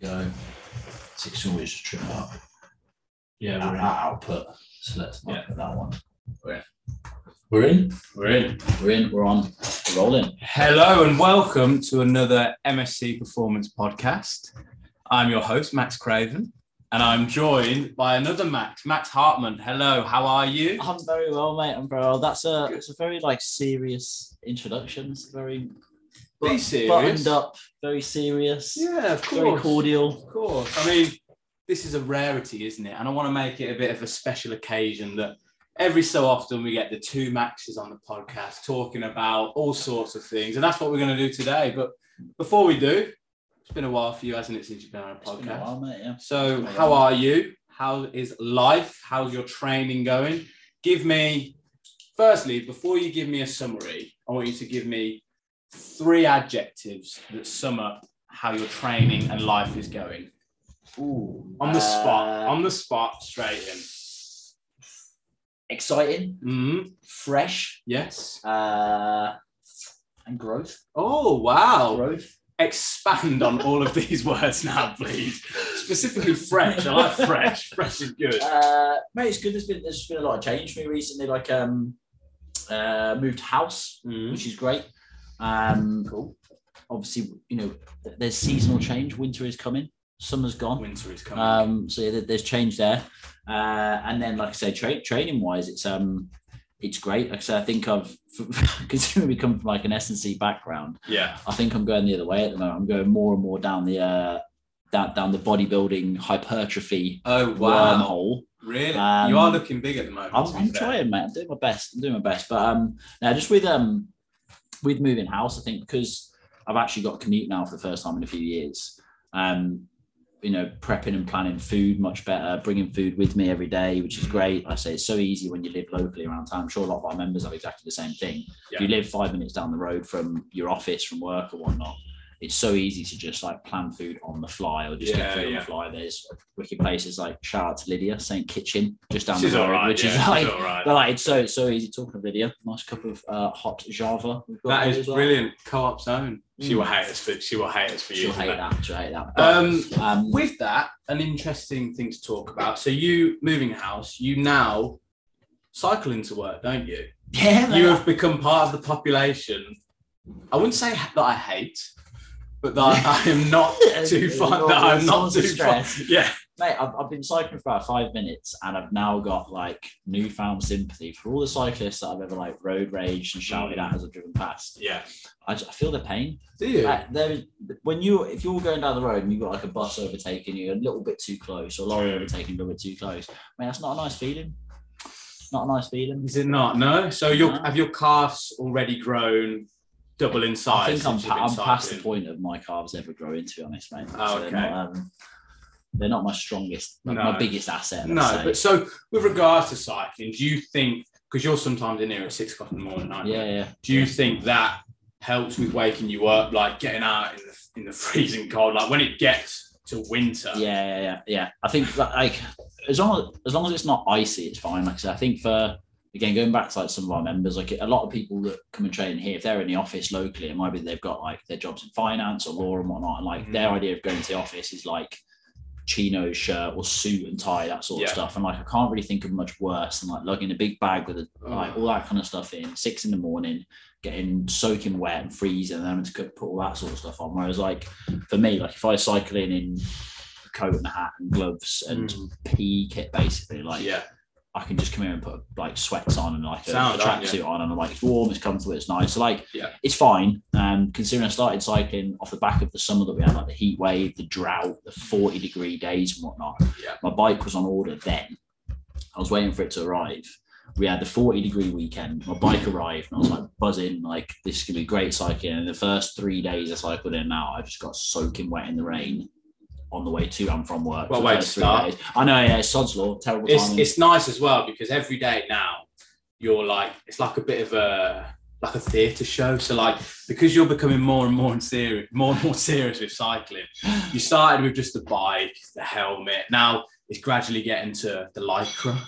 go. Six always trim up Yeah, our we're in. output. So let's not Yeah. put that one. We're We're in. in. We're in. We're in. We're on. We're rolling. Hello and welcome to another MSC Performance podcast. I'm your host, Max Craven, and I'm joined by another Max, Max Hartman. Hello, how are you? I'm very well, mate. I'm very well. That's a it's a very like serious introduction. It's very Be buttoned serious. up, very serious, Yeah, of course. very cordial. Of course. I mean, this is a rarity, isn't it? And I want to make it a bit of a special occasion that every so often we get the two Maxes on the podcast talking about all sorts of things. And that's what we're going to do today. But before we do, it's been a while for you, hasn't it, since you've been on a It's been a podcast? while, mate. Yeah. So, been a how while. are you? How is life? How's your training going? Give me, firstly, before you give me a summary, I want you to give me three adjectives that sum up how your training and life is going Ooh, on the spot, uh, on the spot, straight in. exciting, Mhm, fresh, Yes. uh, and growth. Oh, wow. Growth. Expand on all of these words now, please. Specifically, fresh. I like fresh. Fresh is good. Uh, mate, it's good. There's been there's been a lot of change for me recently. Like um, uh, moved house, Mhm, which is great. Um, Cool. obviously, you know, th- there's seasonal change. Winter is coming. Summer's gone. Winter is coming. Um, so yeah, there- there's change there. Uh, and then, like I say, tra- training wise, it's um, it's great. Like I say, I think I've considering we come from like an S and C background. yeah. I think I'm going the other way at the moment. I'm going more and more down the uh, down down the bodybuilding hypertrophy Oh, wormhole. Really? Um, you are looking big at the moment. I'm, to be I'm fair. trying, mate. I'm doing my best. I'm doing my best. But um, now just with um, with moving house, I think because I've actually got a commute now for the first time in a few years. Um, you know, prepping and planning food much better, bringing food with me every day, which Mm. is great. I say it's so easy when you live locally around town. I'm sure a lot of our members have exactly the same thing. If you live five minutes down the road from your office, from work or whatnot, it's so easy to just like plan food on the fly or just Yeah, get food on yeah. the fly. There's wicked places like shout out to Lydia, St. Kitchen, just down She's the road, all right. which yeah, is like she's all right. but like, it's so so easy talking of Lydia. Nice cup of uh, hot Java. We've got That here is as well. brilliant. Co-op zone. She Mm. will hate us for. She will hate us for She'll you. hate that. She'll hate that. But, Um, um, with that, an interesting thing to talk about. So you moving house, you now cycle into work, don't you? yeah, You mate. have become part of the population. I wouldn't say that I hate, but that I am not too It's fond. all- That I'm it's all not the too fond. stress. Yeah. Mate, I've, I've been cycling for about five minutes, and I've now got like newfound sympathy for all the cyclists that I've ever like road raged and shouted Mm. at as I've driven past. Yeah. I, just, I feel the pain. Do you? Like, Uh, there is when you if you're going down the road and you've got like a bus overtaking you a little bit too close or a lorry Mm. overtaking you a little bit too close, mate, that's not a nice feeling. Not a nice feeling. Is it not? No. So your No. have your calves already grown double in I size? think I'm, since you've pa- I'm been past the cycling? point of my calves ever growing, to be honest, mate. Oh, they're, okay. not, um, they're not my strongest, like, No. my biggest asset. No, No, but so with regards to cycling, do you think because you're sometimes in here at six o'clock in the morning, aren't you? yeah, yeah. Do you think that helps with waking you up, like getting out in the in the freezing cold, like when it gets to winter? Yeah, yeah, yeah, yeah. I think that, like as long as, as long as it's not icy, it's fine. Like I said, I think for again going back to like some of our members, like a lot of people that come and train here, if they're in the office locally, it might be they've got like their jobs in finance or law and whatnot, and like their idea of going to the office is like chino shirt or suit and tie that sort Yeah. of stuff and like i can't really think of much worse than like lugging a big bag with a, like all that kind of stuff in six in the morning getting soaking wet and freezing and having to cook, put all that sort of stuff on whereas like for me like if i cycle in in a coat and a hat and gloves and Mm. pea kit basically like yeah, i can just come here and put like sweats on and like a, Sound, a aren't you? tracksuit on and i'm like it's warm it's comfortable it's nice so like Yeah. it's fine um considering i started cycling off the back of the summer that we had like the heat wave the drought the 40 degree days and whatnot Yeah. my bike was on order then i was waiting for it to arrive we had the 40 degree weekend. My bike arrived and I was like buzzing, like this is gonna be great cycling. And the first three days I cycled in and out, I just got soaking wet in the rain on the way to and from work. Well, for the wait, first three start. days. I know, yeah, it's sod's law, terrible it's timing. it's nice as well because every day now you're like it's like a bit of a like a theatre show. So like because you're becoming more and more serious, more and more serious with cycling. You started with just the bike, the helmet. Now it's gradually getting to the lycra.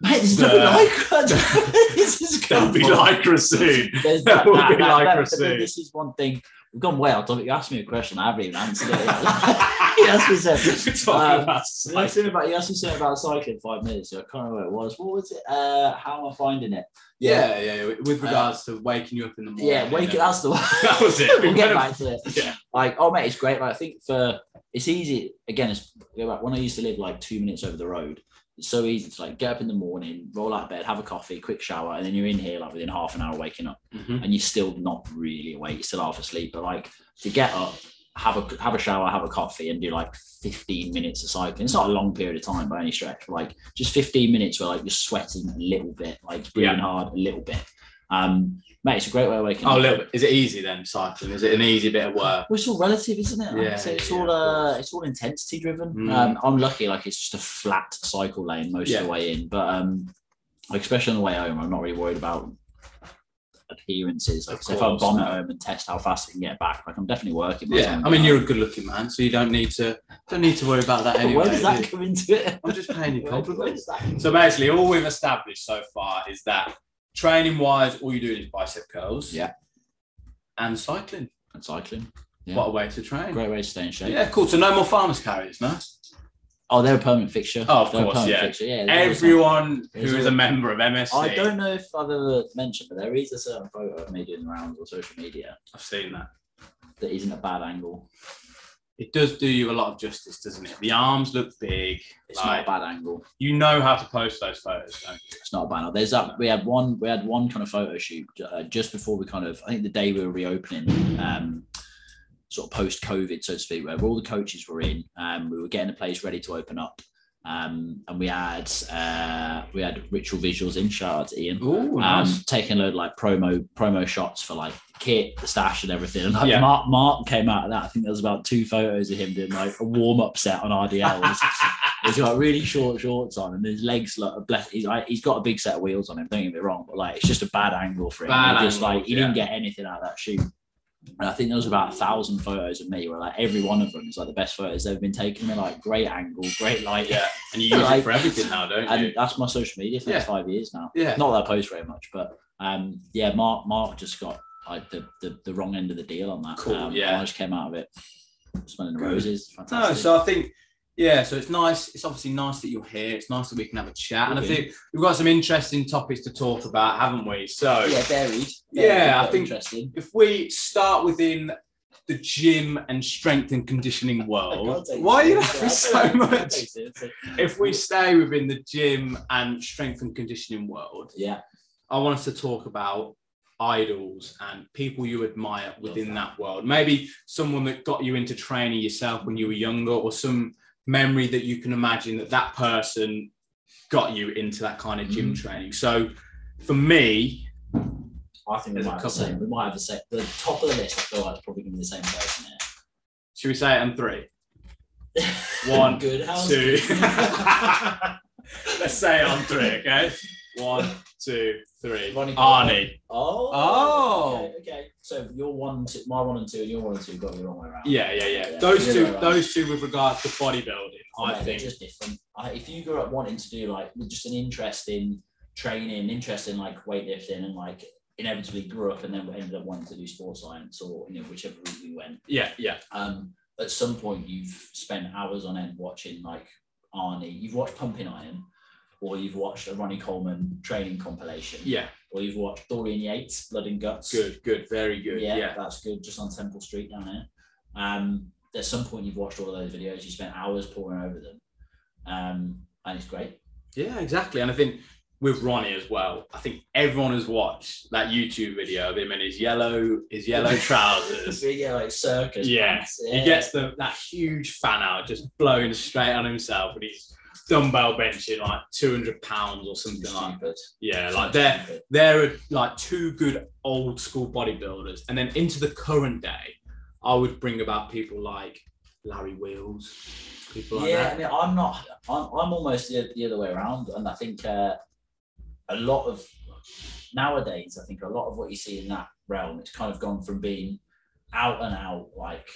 Mate, there's the- no lycra. this is There'll be awful. lycra soon. There's There that, will that, be that- that- lycra soon. this is one thing We've gone way out topic. You asked me a question, I haven't even answered it. he asked me something. We're talking Um, about I cycling. asked him about. You asked me something about cycling five minutes ago. I can't remember what it was. What was it? Uh, how am I finding it? yeah, yeah, yeah, with regards to waking you up in the morning. Yeah, wake it. That's the one. That was it. we'll get went- back to it. Yeah. Like, oh mate, it's great. Like, I think for it's easy. Again, it's go back- when I used to live like two minutes over the road. It's so easy to like get up in the morning, roll out of bed, have a coffee, quick shower, and then you're in here like within half an hour waking up, Mhm. and you're still not really awake. You're still half asleep. But like to get up, have a have a shower, have a coffee, and do like 15 minutes of cycling. It's not a long period of time by any stretch. but, like just 15 minutes where like you're sweating a little bit, like breathing hard a little bit. Um, mate, it's a great way of waking Oh, up. a little bit. Is it easy then, cycling? Is it an easy bit of work? Well, it's all relative, isn't it? Like, Yeah, so it's yeah, all of uh, course. it's all intensity driven. Mm. Um, I'm lucky, like it's just a flat cycle lane most of Yeah. the way in, but um, like, especially on the way home, I'm not really worried about appearances. Like, Of so if I course, bomb no. at home and test how fast I can get back, like I'm definitely working. by the Yeah, time I I mean get you're a good-looking man, so you don't need to don't need to worry about that home. anyway. Where does do that you? come into it? I'm just paying you Where- where compliments. does that come So basically, all we've established so far is that training-wise, all you're doing is bicep curls. Yeah. And cycling. And cycling, Yeah. What a way to train. great way to stay in shape. Yeah, cool. So no more farmers carriers, no. Oh, they're a permanent fixture. Oh, of They're a course, permanent yeah. Fixture. yeah they're always on. Everyone who is a member of MSC, I don't know if I've ever mentioned, but there is a certain photo of me doing the rounds on social media I've seen that. that isn't a bad angle. It does do you a lot of justice, doesn't it? The arms look big. It's Like, not a bad angle. you know how to post those photos, don't you? It's not a bad angle. There's that. We had one. We had one kind of photo shoot uh, just before we kind of. I think the day we were reopening, um, sort of post COVID, so to speak, where all the coaches were in. Um, we were getting the place ready to open up. Um, and we had uh, we had ritual visuals in. Shout out to Ian. Ooh, Um, taking a load of like promo promo shots for like kit, the stash, and everything. And like Yeah. Mark Mark came out of that. I think there was about two photos of him doing like a warm up set on RDLs. He's got really short shorts on, and his legs look a bless. He's like, he's got a big set of wheels on him. Don't get me wrong, but like it's just a bad angle for him. Bad He just angle, like he yeah. didn't get anything out of that shoot. And I think there was about a thousand photos of me where like every one of them is like the best photos they've been taken. They're like great angle, great light, yeah, and you use it Like- for everything now, don't you? and that's my social media for the Yeah. next five years now. yeah, Not that I post very much, but um, yeah, Mark Mark just got like the, the, the wrong end of the deal on that. Cool, Um, yeah. I just came out of it smelling Good. roses. No, Fantastic. so I think yeah, so it's nice. It's obviously nice that you're here. It's nice that we can have a chat, and I Yeah. think we've got some interesting topics to talk about, haven't we? So yeah, buried. Yeah, I but think- interesting. if we start within the gym and strength and conditioning world, Oh, why are you laughing so much? If we stay within the gym and strength and conditioning world, Yeah, I want us to talk about idols and people you admire within that. that. world. Maybe someone that got you into training yourself when you were younger, or some memory that you can imagine that that person got you into that kind of Mm-hmm. gym training. So for me, I think we There's might, a have the couple. same. we might have the same. The top of the list, I feel like, is probably going to be the same person should we say it on three? here. One, good house. two. Let's say it on three, okay? One, two, three. Ronnie Arnie. oh. Oh. Okay, okay. So your one, two, my one and two, and your one and two got the wrong way around. Yeah, yeah, yeah. Yeah. Those Yeah, two, right. those two with regards to bodybuilding, I Yeah, they're think. just different. I, if you grew up wanting to do like with just an interest in training, interest in like weightlifting, and like inevitably grew up and then ended up wanting to do sports science or you know whichever route we went. Yeah, yeah. Um, at some point, you've spent hours on end watching like Arnie. You've watched Pumping Iron, or you've watched a Ronnie Coleman training compilation, Yeah. or you've watched Dorian Yates Blood and Guts. Good, good, very good. Yeah, Yeah. that's good. Just on Temple Street down here. Um, at some point, you've watched all those videos. You spent hours poring over them, um, and it's great. Yeah, exactly. And I think with Ronnie as well, I think everyone has watched that YouTube video of him in his yellow his yellow trousers. yeah, like circus. Yeah, pants. He gets the that huge fan out just blowing straight on himself and he's dumbbell benching like 200 pounds or It's something like stupid. yeah It's like they're stupid. they're like two good old school bodybuilders and then into the current day i would bring about people like larry wheels people like yeah, that I mean, I'm not. I'm, I'm almost the, the other way around, and I think uh, a lot of nowadays, I think a lot of what you see in that realm, it's kind of gone from being out and out like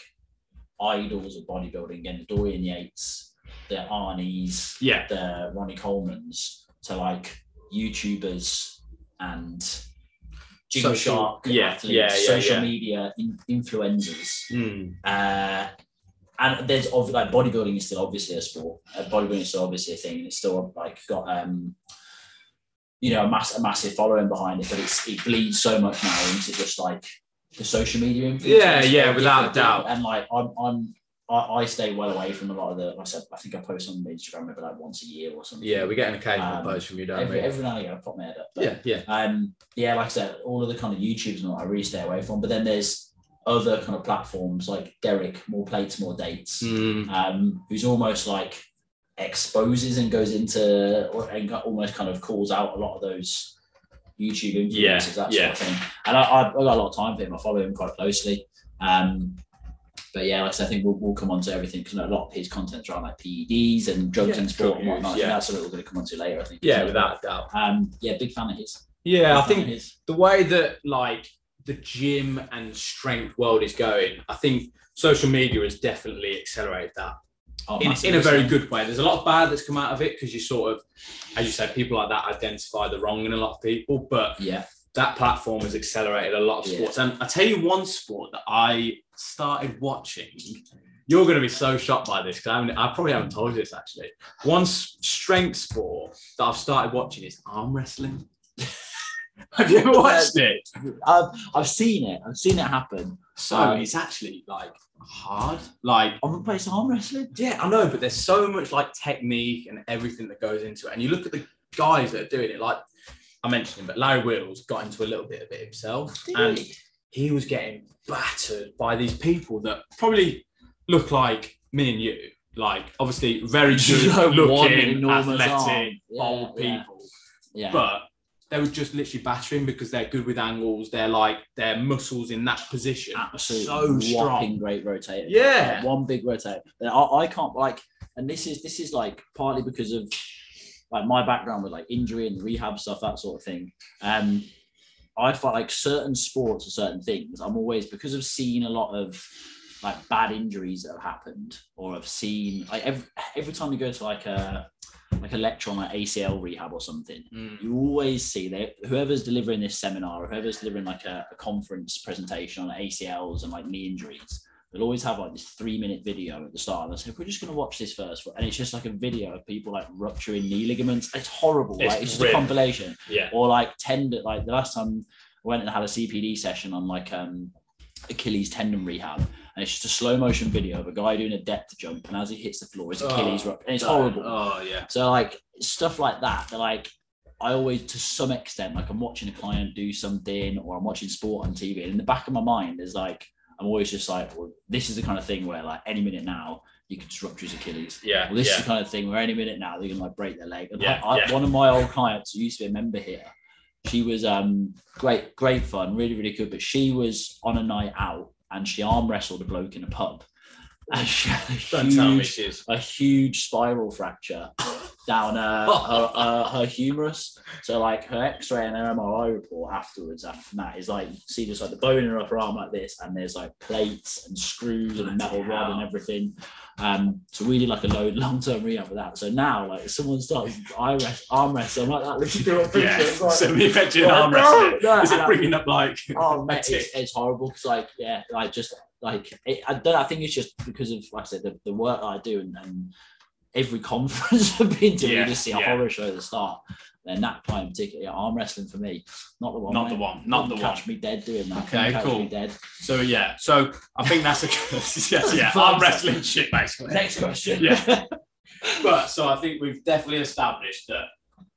idols of bodybuilding, again, the Dorian Yates, the Arnies, yeah the Ronnie Coleman's, to like YouTubers and Gym Shark. yeah, Yeah, athletes, yeah, yeah, social yeah. media in, influencers. Mm. Uh, and there's ob- like bodybuilding is still obviously a sport. Uh, bodybuilding is still obviously a thing. and It's still like got um, you know, a, mass- a massive following behind it, but it's, it bleeds so much now into just like the social media. influencers. Yeah, yeah, Like, without different doubt. people- And like I'm, I'm, I, I stay well away from a lot of the. I said I think I post on Instagram maybe like once a year or something. Yeah, we get an occasional Um, post from you, don't every, we? every now and again I pop my head up. but- yeah, yeah. um, yeah, like I said, all of the kind of YouTubes and all that I really stay away from. But then there's other kind of platforms like Derek, more plates, more dates, Mm. um, who's almost like exposes and goes into or, and got- almost kind of calls out a lot of those YouTube influencers, Yeah, that yeah. sort of thing. And I, I, I've got a lot of time for him. I follow him quite closely. Um, but yeah, like I said, I think we'll, we'll come on to everything because a lot of his content's around like PEDs and drugs Yeah, and sport and drug whatnot. use, I think yeah. that's something we're going to come on to later, I think. Yeah, So, without a doubt. um, yeah, big fan of his. Yeah, Big I fan think of his. the way that like the gym and strength world is going, I think social media has definitely accelerated that Oh, in, in massively a very so. good way. There's a lot of bad that's come out of it because you sort of, as you said, people like that identify the wrong in a lot of people, but yeah that platform has accelerated a lot of Yeah. sports. And I tell you one sport that I started watching. You're going to be so shocked by this because I, haven't- I probably haven't told you this actually. One s- strength sport that I've started watching is arm wrestling. Have you ever watched it? I've, I've seen it I've seen it happen So Um, it's actually like hard. Like, I'm gonna play some arm wrestling yeah, I know, but there's so much like technique and everything that goes into it. And you look at the guys that are doing it, like I mentioned him, but Larry Wills got into a little bit of it himself. and he was getting battered by these people that probably look like me and you. Like obviously very Just good like one looking, enormous athletic, arm. Yeah, bold yeah, people. yeah But they were just literally battering because they're good with angles. They're like their muscles in that position are so absolutely whopping strong. great rotator Yeah. Like, one big rotator And I, I can't like and this is this is like partly because of like my background with like injury and rehab stuff that sort of thing um I find like certain sports or certain things I'm always because I've seen a lot of like bad injuries that have happened or I've seen like every, every time you go to like a like a lecture on like ACL rehab or something Mm. you always see that whoever's delivering this seminar or whoever's delivering like a, a conference presentation on ACLs and like knee injuries, they'll always have like this three minute video at the start. And they say, we're just going to watch this first. And it's just like a video of people like rupturing knee ligaments. It's horrible. It's like, it's just grim. a compilation Yeah. or like tendon. Like the last time I went and had a CPD session on like um, Achilles tendon rehab. And it's just a slow motion video of a guy doing a depth jump. And as he hits the floor, his Oh, Achilles ruptures. And it's horrible. Oh yeah. So like stuff like that, they're like I always to some extent, like I'm watching a client do something or I'm watching sport on TV, and in the back of my mind is like I'm always just like, well, this is the kind of thing where like any minute now you could disrupt his Achilles. Yeah. Well, this is yeah. the kind of thing where any minute now they're gonna like break their leg. And Yeah, I, I- yeah. one of my old clients who used to be a member here, she was um great, great fun, really, really good. But she was on a night out and she arm wrestled a bloke in a pub. And she had a Don't tell me huge she is. a huge spiral fracture down uh, her, uh, her humerus. So like her X-ray and her MRI report afterwards after that is like you see just like the bone in her upper arm like this, and there's like plates and screws and a metal rod and everything. Um, so we did like a load long-term rehab with that. So now like if someone starts eye rest, arm wrestle, I'm like that. Looking through a picture, Yeah. it's like, So me imagine like, arm no, wrestling. no, Is and it I- bringing up like? oh mate, That's it's, it's horrible because like yeah like just like it, i don't i think it's just because of like i said the, the work i do and, and every conference i've been to Yeah, you just see a yeah. horror show at the start and that point in particular yeah, arm wrestling for me not the one Not the mate. one. Not the Couldn't one. catch me dead doing that Okay, Couldn't catch cool. me dead. So yeah. So I think that's a yeah. yeah. Arm wrestling shit basically. next question Yeah. but so I think we've definitely established that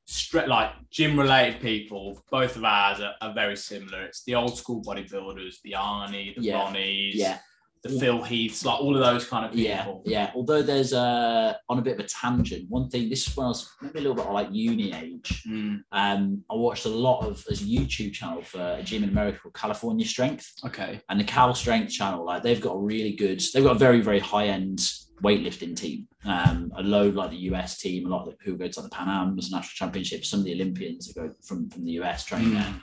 stre- like gym related people, both of ours are, are very similar. It's the old school bodybuilders, the Arnie, the Yeah. Ronnies, yeah the Phil Heaths, like all of those kind of yeah people. yeah although there's uh on a bit of a tangent one thing this is when i was maybe a little bit like uni age Mm, um i watched a lot of as a youtube channel for a gym in america called california strength okay. and the Cal Strength Channel, like they've got a really good, they've got a very, very high end weightlifting team. Um, a load like the US team, a lot of the, who go to like, the Pan Am's, National Championships, some of the Olympians that go from, from the US train Mm. there.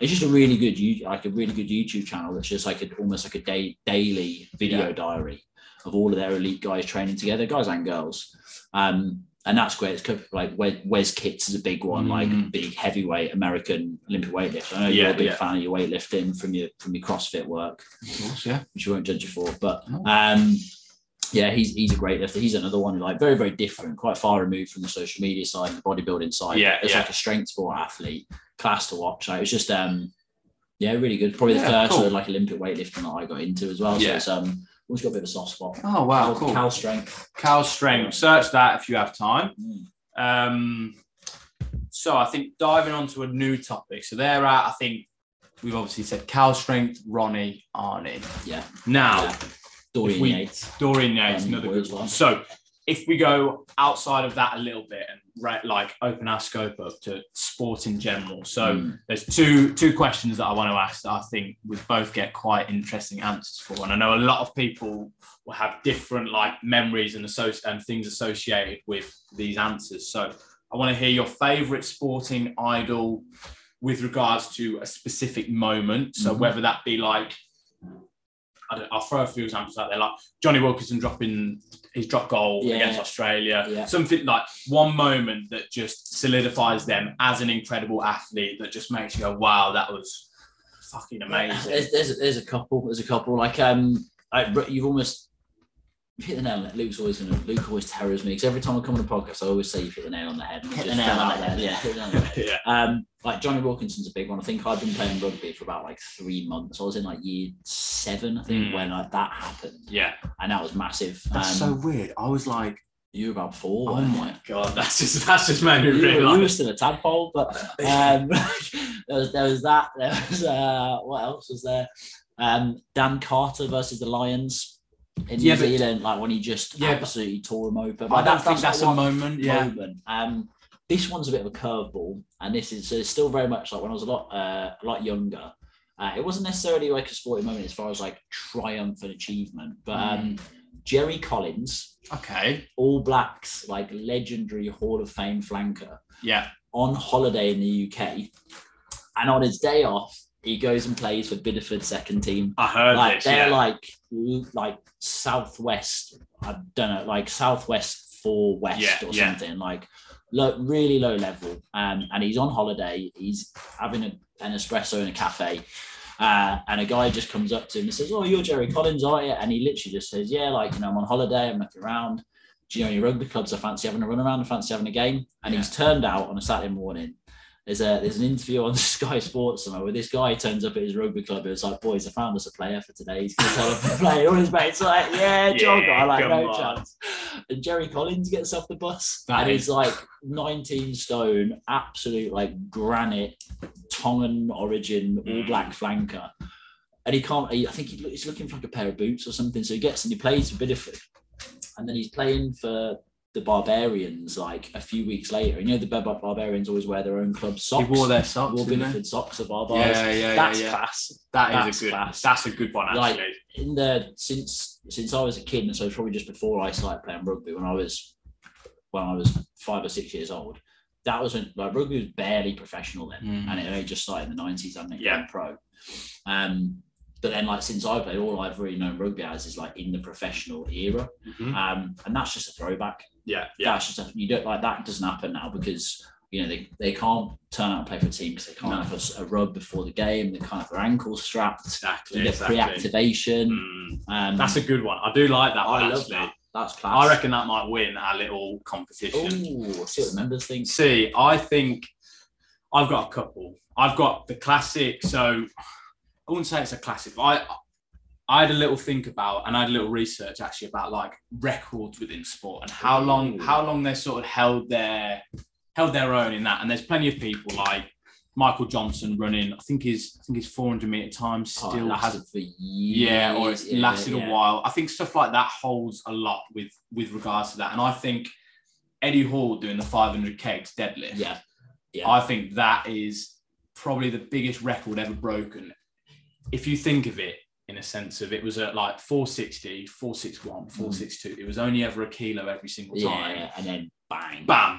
It's just a really good, you- like a really good YouTube channel that's just like a, almost like a day, daily video diary of all of their elite guys training together, guys and girls. Um, and that's great. It's kind of like Wes, Wes Kitts is a big one, like Mm. big heavyweight American Olympic weightlifter. I know you're Yeah, a big yeah. fan of your weightlifting from your from your CrossFit work, Of course, yeah. which you won't judge you for. But No. um, yeah, he's he's a great lifter. He's another one who like very very different, quite far removed from the social media side, and the bodybuilding side. Yeah, it's yeah. like a strength sport athlete class to watch. Like, it was just um, yeah, really good. Probably the Yeah, first cool. sort of, like Olympic weightlifting that I got into as well. So Yeah. it's um, always got a bit of a soft spot. Oh wow, Cal- cool. Cal, Cal strength. Strength. Search that if you have time. Mm. Um, so I think diving onto a new topic. So there are, I think we've obviously said Cal Strength, Ronnie, Arnie. Yeah. Now Yeah. Dorian we- Yates. Dorian Yates, Um, another Boyle's good one. one. So if we go outside of that a little bit and re- like open our scope up to sport in general, so Mm. there's two two questions that I want to ask that I think we both get quite interesting answers for, and I know a lot of people will have different like memories and associ- and things associated with these answers. So I want to hear your favorite sporting idol with regards to a specific moment. So Mhm. whether that be like I don't, I'll throw a few examples out there, like Johnny Wilkinson dropping his drop goal Yeah. against Australia, Yeah. something like one moment that just solidifies them as an incredible athlete that just makes you go, wow, that was fucking amazing. There's, there's, there's a couple. There's a couple. Like um, I, you've almost you've hit the nail. on it. Luke's always gonna. Luke always terrors me because every time I come on a podcast, I always say you have hit the nail on the head. and it Hit the just nail fell on out the head, there. yeah. Hit the nail on the head. yeah. Um, like Johnny Wilkinson's a big one. I think I've been playing rugby for about like three months. I was in like year seven, I think, Mm. when like that happened, Yeah. and that was massive. Um, weird. I was like, you were about four. oh weren't you? my God, that's just, that's just made me you, were- you were realize. still a tadpole, but um, there, was, there was that. There was uh, what else was there? Um, Dan Carter versus the Lions in Yeah, New but- Zealand, like when he just Yeah, but- absolutely tore them open. I Like, don't think that's a one moment. Yeah. moment. Um, this one's a bit of a curveball, and this is so it's still very much like when I was a lot uh, a lot younger. Uh, it wasn't necessarily like a sporting moment as far as like triumph and achievement, but Mm. um, Jerry Collins, Okay. All Blacks, like legendary Hall of Fame flanker Yeah. on holiday in the UK, and on his day off, he goes and plays for Biddeford second team. I heard like this. they're Yeah. like l- like southwest, I don't know, like southwest for west Yeah, or yeah. something. Like look, really low level. Um, and he's on holiday. He's having a, an espresso in a cafe. Uh, and a guy just comes up to him and says, "Oh, you're Jerry Collins, aren't you?" And he literally just says, "Yeah, like you know, I'm on holiday. I'm looking around. Do you know any rugby clubs I fancy having a run around? I fancy having a game." And he's turned out on a Saturday morning. There's a there's an interview on Sky Sports somewhere where this guy turns up at his rugby club and it's like, "Boys, I found us a player for today. He's going to tell us to play." All his mates are like, "Yeah, Yeah, jog I like come no on." chance." And Jerry Collins gets off the bus That and is- he's like 19 stone, absolute like granite Tongan origin All Mm. Black flanker, and he can't. He, I think he, he's looking for like a pair of boots or something. So he gets and he plays for Biddeford, and then he's playing for the Barbarians like a few weeks later. And you know the Bar- Barbarians always wear their own club He socks. wore their They socks. wore didn't they? Biddeford socks at Barbarians. Yeah, yeah, yeah. that's yeah. class. That is that's a good. class. That's a good one actually. Like- In the since since I was a kid, and so it's probably just before I started playing rugby when I was when I was five or six years old. That was when like rugby was barely professional then Mm. and it only just started in the 90s, I think, Yeah. yeah. pro. Um, but then, like, since I played, all I've really known rugby as is like in the professional era. Mhm. Um, and that's just a throwback. Yeah. Yeah. That's just, a, you don't like that doesn't happen now because, you know, they, they can't turn out and play for a team because they can't No. have a s- a, rub before the game. They can't have their ankles strapped. Exactly. They get exactly. pre activation. Mm, Um, that's a good one. I do like that one. I love actually. that. That's class. I reckon that might win our little competition. Oh, see what the members think. See, I think I've got a couple. I've got the classic. So I wouldn't say it's a classic. But I I had a little think about and I had a little research actually about like records within sport and how long Ooh. how long they sort of held their held their own in that. And there's plenty of people like Michael Johnson running. I think his I think his 400 meter time Oh, it still has lasted for years. yeah or it's yeah, lasted yeah. a while i think stuff like that holds a lot with with regards to that and i think eddie hall doing the 500 kegs deadlift Yeah. yeah. i think that is probably the biggest record ever broken if you think of it in a sense of it was at like 460 461 462 it was only ever a kilo every single time Mm. Yeah, and then bang, bam,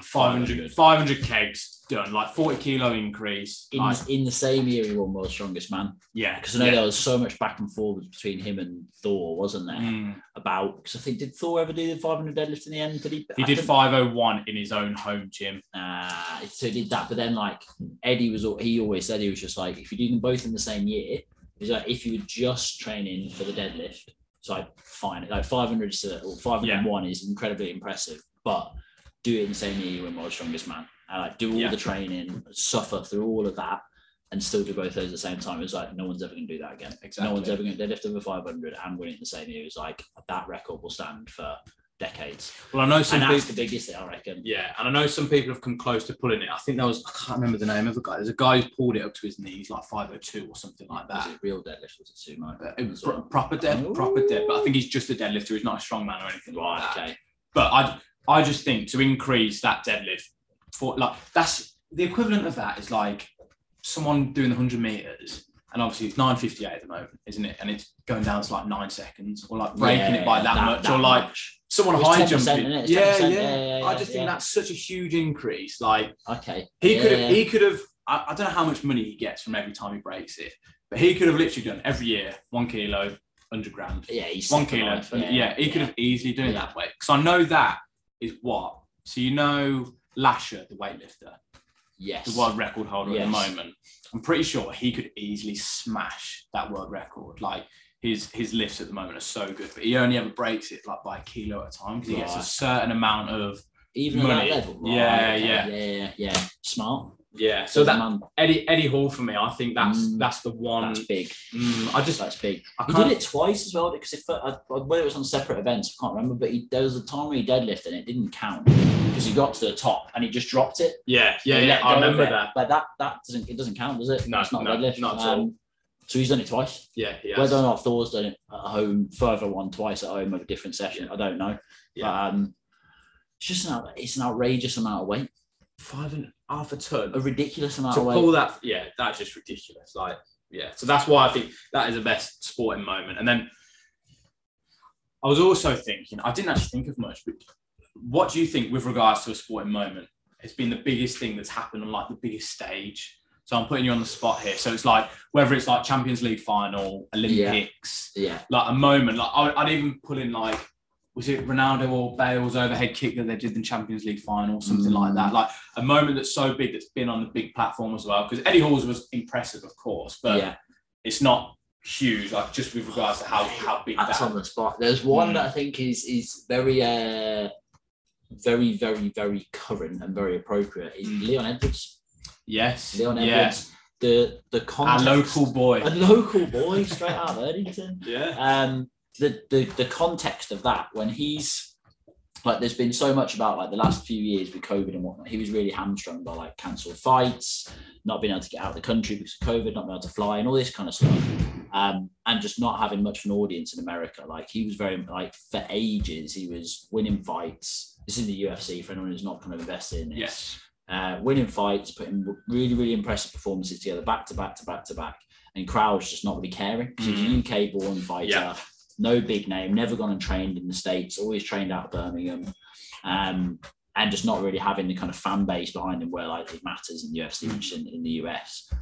500. 500, 500 kegs done, like 40 kilo increase. In, like, in the same year, he won World's Strongest Man yeah. because I know yeah. there was so much back and forth between him and Thor, wasn't there? Mm. About because I think did Thor ever do the 500 deadlift in the end? Did he? He I did think- 501 in his own home gym. Uh, so he did that, but then like Eddie was, al- he always said he was just like, if you do them both in the same year, he's like, if you were just training for the deadlift, so I find it like 500 is, uh, or 501 is incredibly impressive, but do it in the same year you win World's Strongest Man. And like do all Yeah. the training, suffer through all of that, and still do both those at the same time. It's like no one's ever gonna do that again. Exactly. No one's ever gonna deadlift over 500 and win it in the same year. It's like that record will stand for decades. Well, I know some and people. that's the biggest thing I reckon. Yeah, and I know some people have come close to pulling it. I think there was I can't remember the name of a guy. There's a guy who pulled it up to his knees, like 502 or something like Was that. it real deadlift? Was it sumo? But It was as pro- well? proper Oh. dead, proper dead. But I think he's just a deadlifter. He's not a strongman or anything like Right, that. okay. But I, I just think to increase that deadlift for like that's the equivalent of that is like someone doing the 100 meters, and obviously it's 9:58 at the moment, isn't it? And it's going down to like nine seconds, or like breaking it by Yeah, that, much, or like much. someone It's high 10%, jumping. innit? It's Yeah, 10%, yeah. yeah, yeah, I yeah, just think yeah. that's such a huge increase. Like. okay. He Yeah, could have. yeah. He could have. I, I don't know how much money he gets from every time he breaks it, but he could have literally done every year one kilo, hundred grand, Yeah, he's one second kilo. life, yeah, he could have easily done it Yeah. that way. Because I know that is what. So you know Lasher, the weightlifter, the Yes. world record holder at the Yes. moment. I'm pretty sure he could easily smash that world record. Like his his lifts at the moment are so good, but he only ever breaks it like by a kilo at a time because he gets a Right. certain amount of Even at that money. level. Right, Yeah, okay, yeah. yeah, yeah, yeah. Smart. yeah. So that man, Eddie Eddie Hall for me, I think that's Mm. that's the one. that's big. Mm, I just That's big. I He can't- did it twice as well because if uh, whether it was on separate events, I can't remember. But he, there was a time where he deadlifted and it didn't count because he got to the top and he just dropped it. Yeah, yeah, He yeah. let I go of remember it. that. But that that doesn't it doesn't count, does it? No, it's not no, a deadlift. not at all. Um, So he's done it twice. Yeah, yeah. Whether or not Thor's done it at home, further one twice at home at a different session, I don't know. Yeah. But um, it's just an out- it's an outrageous amount of weight, five and a half a ton a ridiculous amount to of weight. pull that. Yeah, that's just ridiculous. Like, yeah. So that's why I think that is the best sporting moment. And then I was also thinking, I didn't actually think of much, but what do you think with regards to a sporting moment? It's been the biggest thing that's happened on like the biggest stage. So I'm putting you on the spot here. So it's like whether it's like Champions League final, Olympics, yeah, like a moment. Like I, I'd even pull in like, was it Ronaldo or Bale's overhead kick that they did in Champions League final, something like that. Like a moment that's so big that's been on the big platform as well. Because Eddie Hall's was impressive, of course, but yeah, it's not huge. Like just with regards to how how big that's that. on the spot. There's one Mm. that I think is is very uh, very very very current and very appropriate. Is Mm. Leon Edwards? yes, Leon yes, Edwards. The the our context, local boy. a local boy straight out of Erdington. Yeah, um the, the the context of that when he's like there's been so much about like the last few years with COVID and whatnot. He was really hamstrung by like cancelled fights, not being able to get out of the country because of COVID, not being able to fly and all this kind of stuff. Um, and just not having much of an audience in America. Like he was very like for ages, he was winning fights. This is the UFC for anyone who's not kind of invested in this yes, uh, winning fights, putting really, really impressive performances together, back to back to back to back, and crowds just not really caring. 'Cause He's a UK born fighter, Yeah. no big name, never gone and trained in the States, always trained out of Birmingham, um, and just not really having the kind of fan base behind him where like it matters in the UFC, which in, in the US.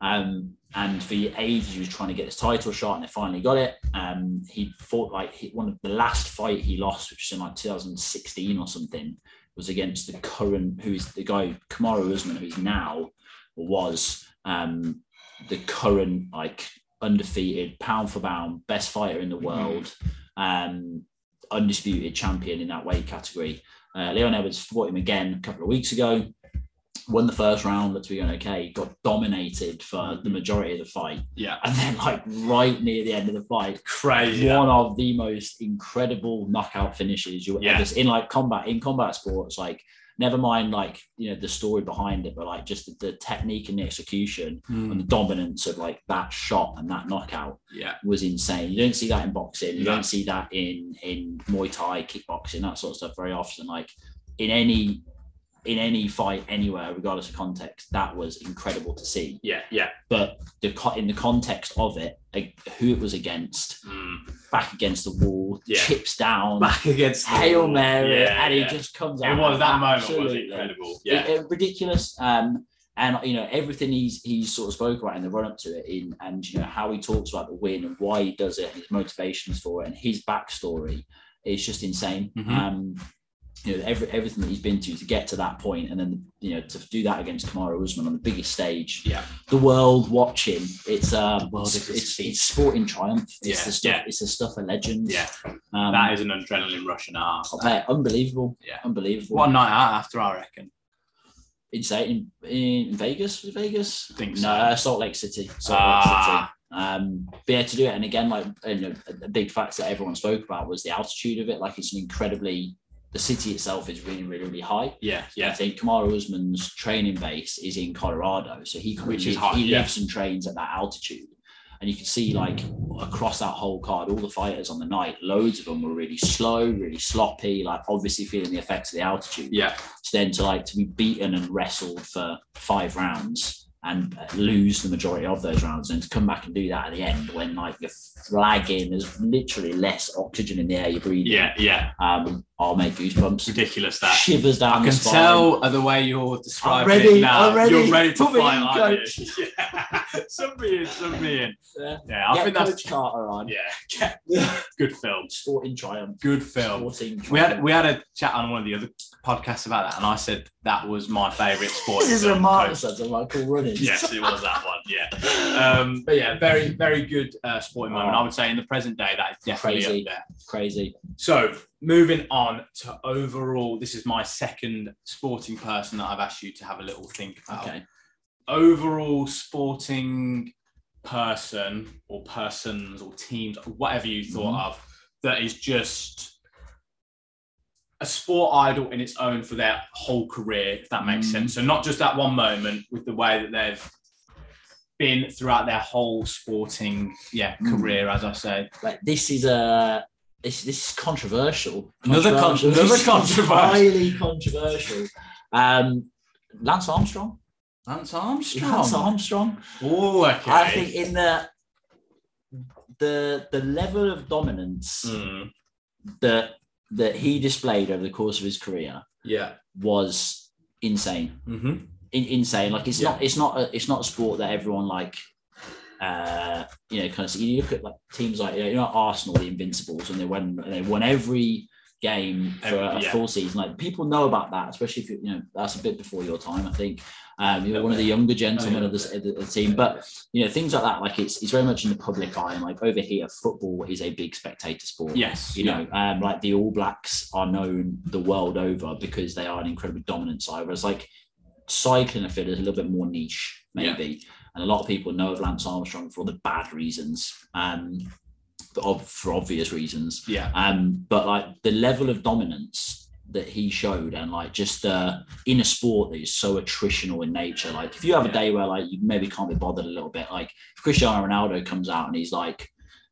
Um, and for ages, he was trying to get his title shot, and they finally got it. Um, he fought like he, one of the last fight he lost, which was in like 2016 or something, was against the current, who is the guy Kamaru Usman, who's now or was um, the current like undefeated pound for pound best fighter in the world, um, undisputed champion in that weight category. Uh, Leon Edwards fought him again a couple of weeks ago won the first round, looked to be going okay, got dominated for the majority of the fight. yeah, And then, like, right near the end of the fight, crazy. one of the most incredible knockout finishes you'll Yeah. ever see in like combat, in combat sports. Like, never mind, like, you know, the story behind it, but like just the, the technique and the execution and the dominance of like that shot and that knockout Mm. Yeah, was insane. You don't see that in boxing. You No. don't see that in in Muay Thai, kickboxing, that sort of stuff very often. Like in any in any fight anywhere, regardless of context, that was incredible to see. yeah, yeah. But the co- in the context of it, like, who it was against, Mm. back against the wall, Yeah. chips down, back against the Hail wall. Mary, Yeah, and yeah. it just comes out. It was that moment was absolutely incredible. it- Yeah, it- ridiculous. Um, and you know everything he's he's sort of spoke about in the run up to it, in and you know how he talks about the win and why he does it, his motivations for it, and his backstory is just insane. Mhm. Um, you know every, everything that he's been to to get to that point, and then you know to do that against Kamara Usman on the biggest stage, Yeah. the world watching. It's um, world it's, is his it's, feet. it's sporting triumph. It's Yeah, the stuff. yeah. It's the stuff of legends. yeah. um, That is an adrenaline rush and a half. mate, unbelievable. Yeah. unbelievable. One night out after, I reckon. insane in, in Vegas. Was it Vegas? I think so. No, uh, Salt Lake City. Salt Lake City. Ah, Um, be able to do it, and again, like you know, a a big fact that everyone spoke about was the altitude of it. Like it's an incredibly, the city itself is really, really, really high. yeah, I yeah. think Kamara Usman's training base is in Colorado, so he kind of Which lives- is high, he yeah. Hmm. lives and trains at that altitude. And you can see like across that whole card, all the fighters on the night, loads of them were really slow, really sloppy, like obviously feeling the effects of the altitude Yeah, to then to like to be beaten and wrestled for five rounds and uh, lose the majority of those rounds and to come back and do that at the end when like you're flagging there's literally less oxygen in the air you're breathing yeah, yeah. um i'll make goosebumps Ridiculous that. shivers down I the can spine. tell the way you're describing ready, it now. I'm ready. You're ready to Put me fight, in, aren't you? Yeah. Sub me in, sub me in. Yeah. Yeah, I Get think Coach carter on that's yeah. Good film. sporting triumph Good film. sporting triumph. We had we had a chat on one of the other podcasts about that, and I said that was my favourite sport. this is a film. mark that's a michael running yes, it was that one. Yeah. Um, but yeah, very very good uh, sporting moment. I would say in the present day that is definitely Crazy. up there. crazy So moving on to overall, this is my second sporting person that I've asked you to have a little think about. okay Overall sporting person or persons or teams, whatever you thought of, that is just a sport idol in its own for their whole career, if that makes Mhm. sense. So not just that one moment with the way that they've been throughout their whole sporting yeah Mhm. career, as I say. like this is a this this is controversial. Another con- another This is controversial. Highly controversial. Um, Lance Armstrong. Lance Armstrong. Lance Armstrong. Oh, okay. I think in the the the level of dominance Mm, that that he displayed over the course of his career yeah. was insane. Mm-hmm. In, insane. Like it's Yeah. not it's not a, it's not a sport that everyone like. Uh, you know, kind of you look at like teams like you know Arsenal, the Invincibles, and they won they won every game for a Every- yeah. full season. Like people know about that, especially if you, you know that's a bit before your time. I think um, you're Yeah. one of the younger gentlemen Oh, yeah. of the, of the- of the team, but you know things like that. Like it's it's very much in the public eye, and like over here, football is a big spectator sport yes, you know, um, like the All Blacks are known the world over because they are an incredibly dominant side. Whereas like cycling, I feel is a little bit more niche, maybe, and a lot of people know of Lance Armstrong for all the bad reasons, um, for, ob- for obvious reasons. Yeah. Um, but like the level of dominance that he showed, and like just uh, in a sport that is so attritional in nature, like if you have a Yeah. day where like you maybe can't be bothered a little bit, like if Cristiano Ronaldo comes out and he's like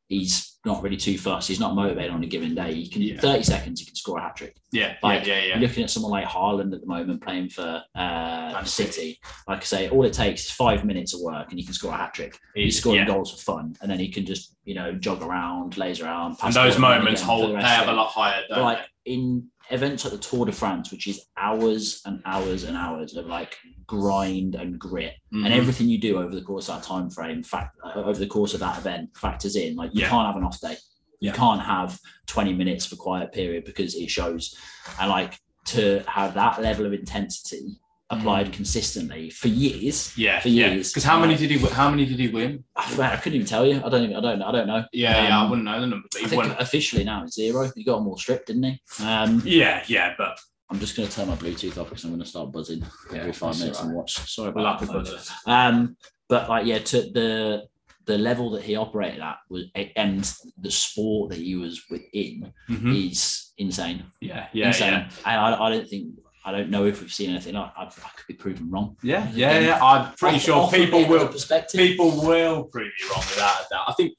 he's not really too fussed. He's not motivated on a given day. He can Yeah. 30 seconds, he can score a hat trick. Yeah. Like, yeah. Yeah. Yeah. Looking at someone like Haaland at the moment playing for uh, Man City, City. like I say, all it takes is five minutes of work and he can score a hat trick. He's He's- scoring yeah. goals for fun, and then he can just you know jog around, laze around. And pass those it around moments again for hold. the They rest have of a it. lot higher. But Don't like in events like the Tour de France, which is hours and hours and hours of like grind and grit they? and Mhm. everything you do over the course of that time frame fact uh, over the course of that event factors in like you Yeah. can't have an off day you Yeah. can't have 20 minutes for quiet period because it shows and like to have that level of intensity applied Mm-hmm. consistently for years Yeah. for Yeah. years, Um, Because how many like- did he? wi- How many did he win? I, I couldn't even tell you I don't even I don't I don't know Yeah. yeah. I Um, wouldn't know the number, but I he think won. officially now it's zero he got them all stripped didn't he um Yeah. Yeah. But I'm just going to turn my Bluetooth off because I'm going to start buzzing Yeah, every five that's minutes all and watch sorry well, about that that was folks. buzzer. Um, but like, yeah, to the the level that he operated at was, and the sport that he was within Mhm. is insane. Yeah. Yeah. insane. Yeah. And I, I don't think I don't know if we've seen anything. I, I, I could be proven wrong. Yeah. Yeah. Yeah. I'm pretty Um, Off- sure off of people another will. Perspective. People will prove you wrong without a doubt. I think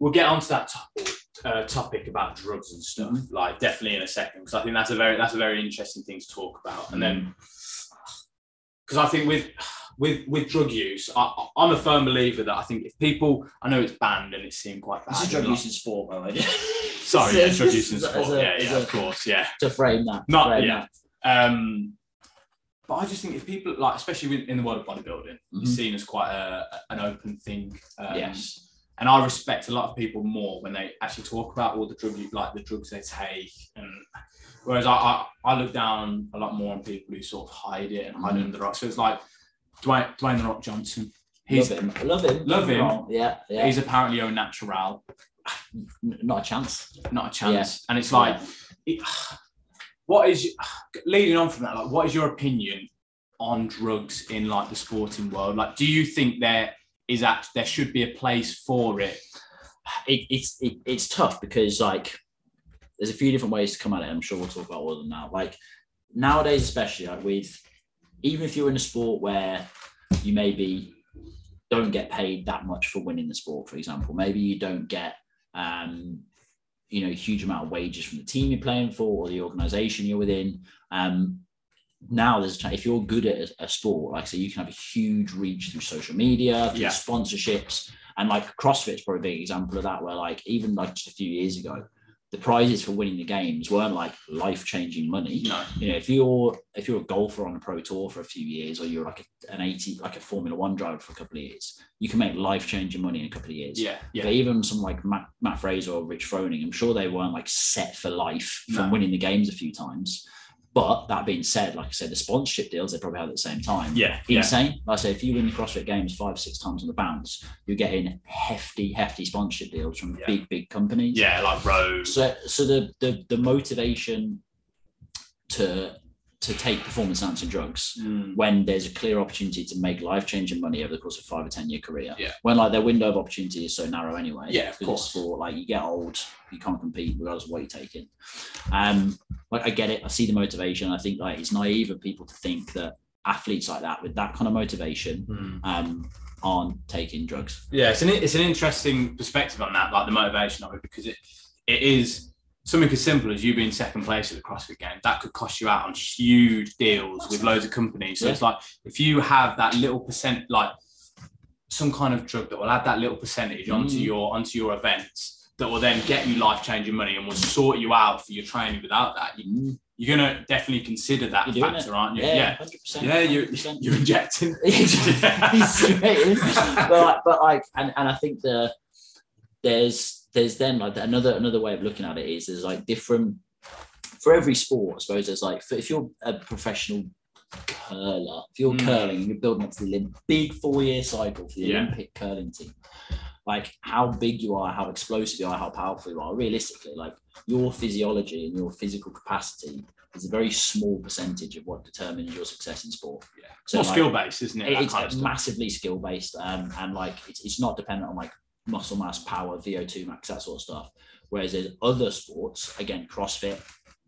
we'll get onto that topic, uh, topic about drugs and stuff, Mm-hmm. like definitely in a second, because I think that's a very that's a very interesting thing to talk about. And then because I think with with with drug use, I, I- I'm a firm believer that I think if people, I know it's banned and it seemed quite bad. This is and drug like- use in sport, by the way. Sorry, yeah, drug use in As a- sport. as a- yeah, as yeah, a- of course, yeah. to frame that. Not- frame yeah. Um, but I just think if people like, especially with- in the world of bodybuilding, Mhm. it's seen as quite a, an open thing. Um, that. Yes. And I respect a lot of people more when they actually talk about all the drug u- like the drugs they take, and whereas I, I I look down a lot more on people who sort of hide it and hide Mhm. under the rock. So it's like Dwayne Dwayne the Rock Johnson. He's Love him. Love him. Love him. Wrong. Yeah. Yeah. he's apparently au natural, N- Not a chance. not a chance. And it's like it- what is leading on from that like what is your opinion on drugs in like the sporting world like do you think there is act there should be a place for it it, it's it, it's tough because like there's a few different ways to come at it. I'm sure we'll talk about all of them now. Like nowadays, especially like with even if you're in a sport where you maybe don't get paid that much for winning the sport, for example, maybe you don't get um, you know a huge amount of wages from the team you're playing for or the organization you're within. Um, now there's a chan- if you're good at a- a sport, like I say, you can have a huge reach through social media, through Yeah. sponsorships, and like CrossFit's probably a big example of that, where like even like just a few years ago, the prizes for winning the games weren't like life changing money. no You know, if you're if you're a golfer on a pro tour for a few years, or you're like a, an eighty like a Formula One driver for a couple of years, you can make life changing money in a couple of years. yeah yeah But even some like Matt, Matt Fraser or Rich Froning, I'm sure they weren't like set for life from No. winning the games a few times. But that being said, like I said, the sponsorship deals they probably had at the same time yeah yeah insane. Like I say, if you win the CrossFit Games five, six times on the bounce, you're getting hefty, hefty sponsorship deals from Yeah. big, big companies. yeah like roads So, so the the the motivation to to take performance enhancing drugs Mm. when there's a clear opportunity to make life changing money over the course of five or ten year career. Yeah. When like their window of opportunity is so narrow anyway. Yeah, of because it's course. Sport, like you get old, you can't compete regardless of what you're taking. Um, like I get it. I see the motivation. I think like it's naive of people to think that athletes like that with that kind of motivation Mm. um aren't taking drugs. yeah it's an it's an interesting perspective on that like the motivation of it because it it is something as simple as you being second place at the CrossFit game that could cost you out on huge deals with loads of companies so Yeah. it's like if you have that little percent like some kind of drug that will add that little percentage onto Mm. your onto your events that will then get you life changing money and will sort you out for your training without that you, Mm, you're gonna definitely consider that You're doing factor aren't you yeah, hundred yeah percent. yeah you're, you're injecting He's straight in. but like, but like and, and I think the there's there's then like another another way of looking at it is there's like different for every sport, I suppose there's like for, if you're a professional curler, if you're Mm. curling and you're building up to the Olymp- big four year cycle for the Yeah. Olympic curling team, like how big you are, how explosive you are, how powerful you are, realistically, like your physiology and your physical capacity is a very small percentage of what determines your success in sport. Yeah. it's So more like, skill based isn't it it- that it's kind of stuff. massively skill based um, and like it's, it's not dependent on like muscle mass power vo2 max that sort of stuff whereas there's other sports again crossfit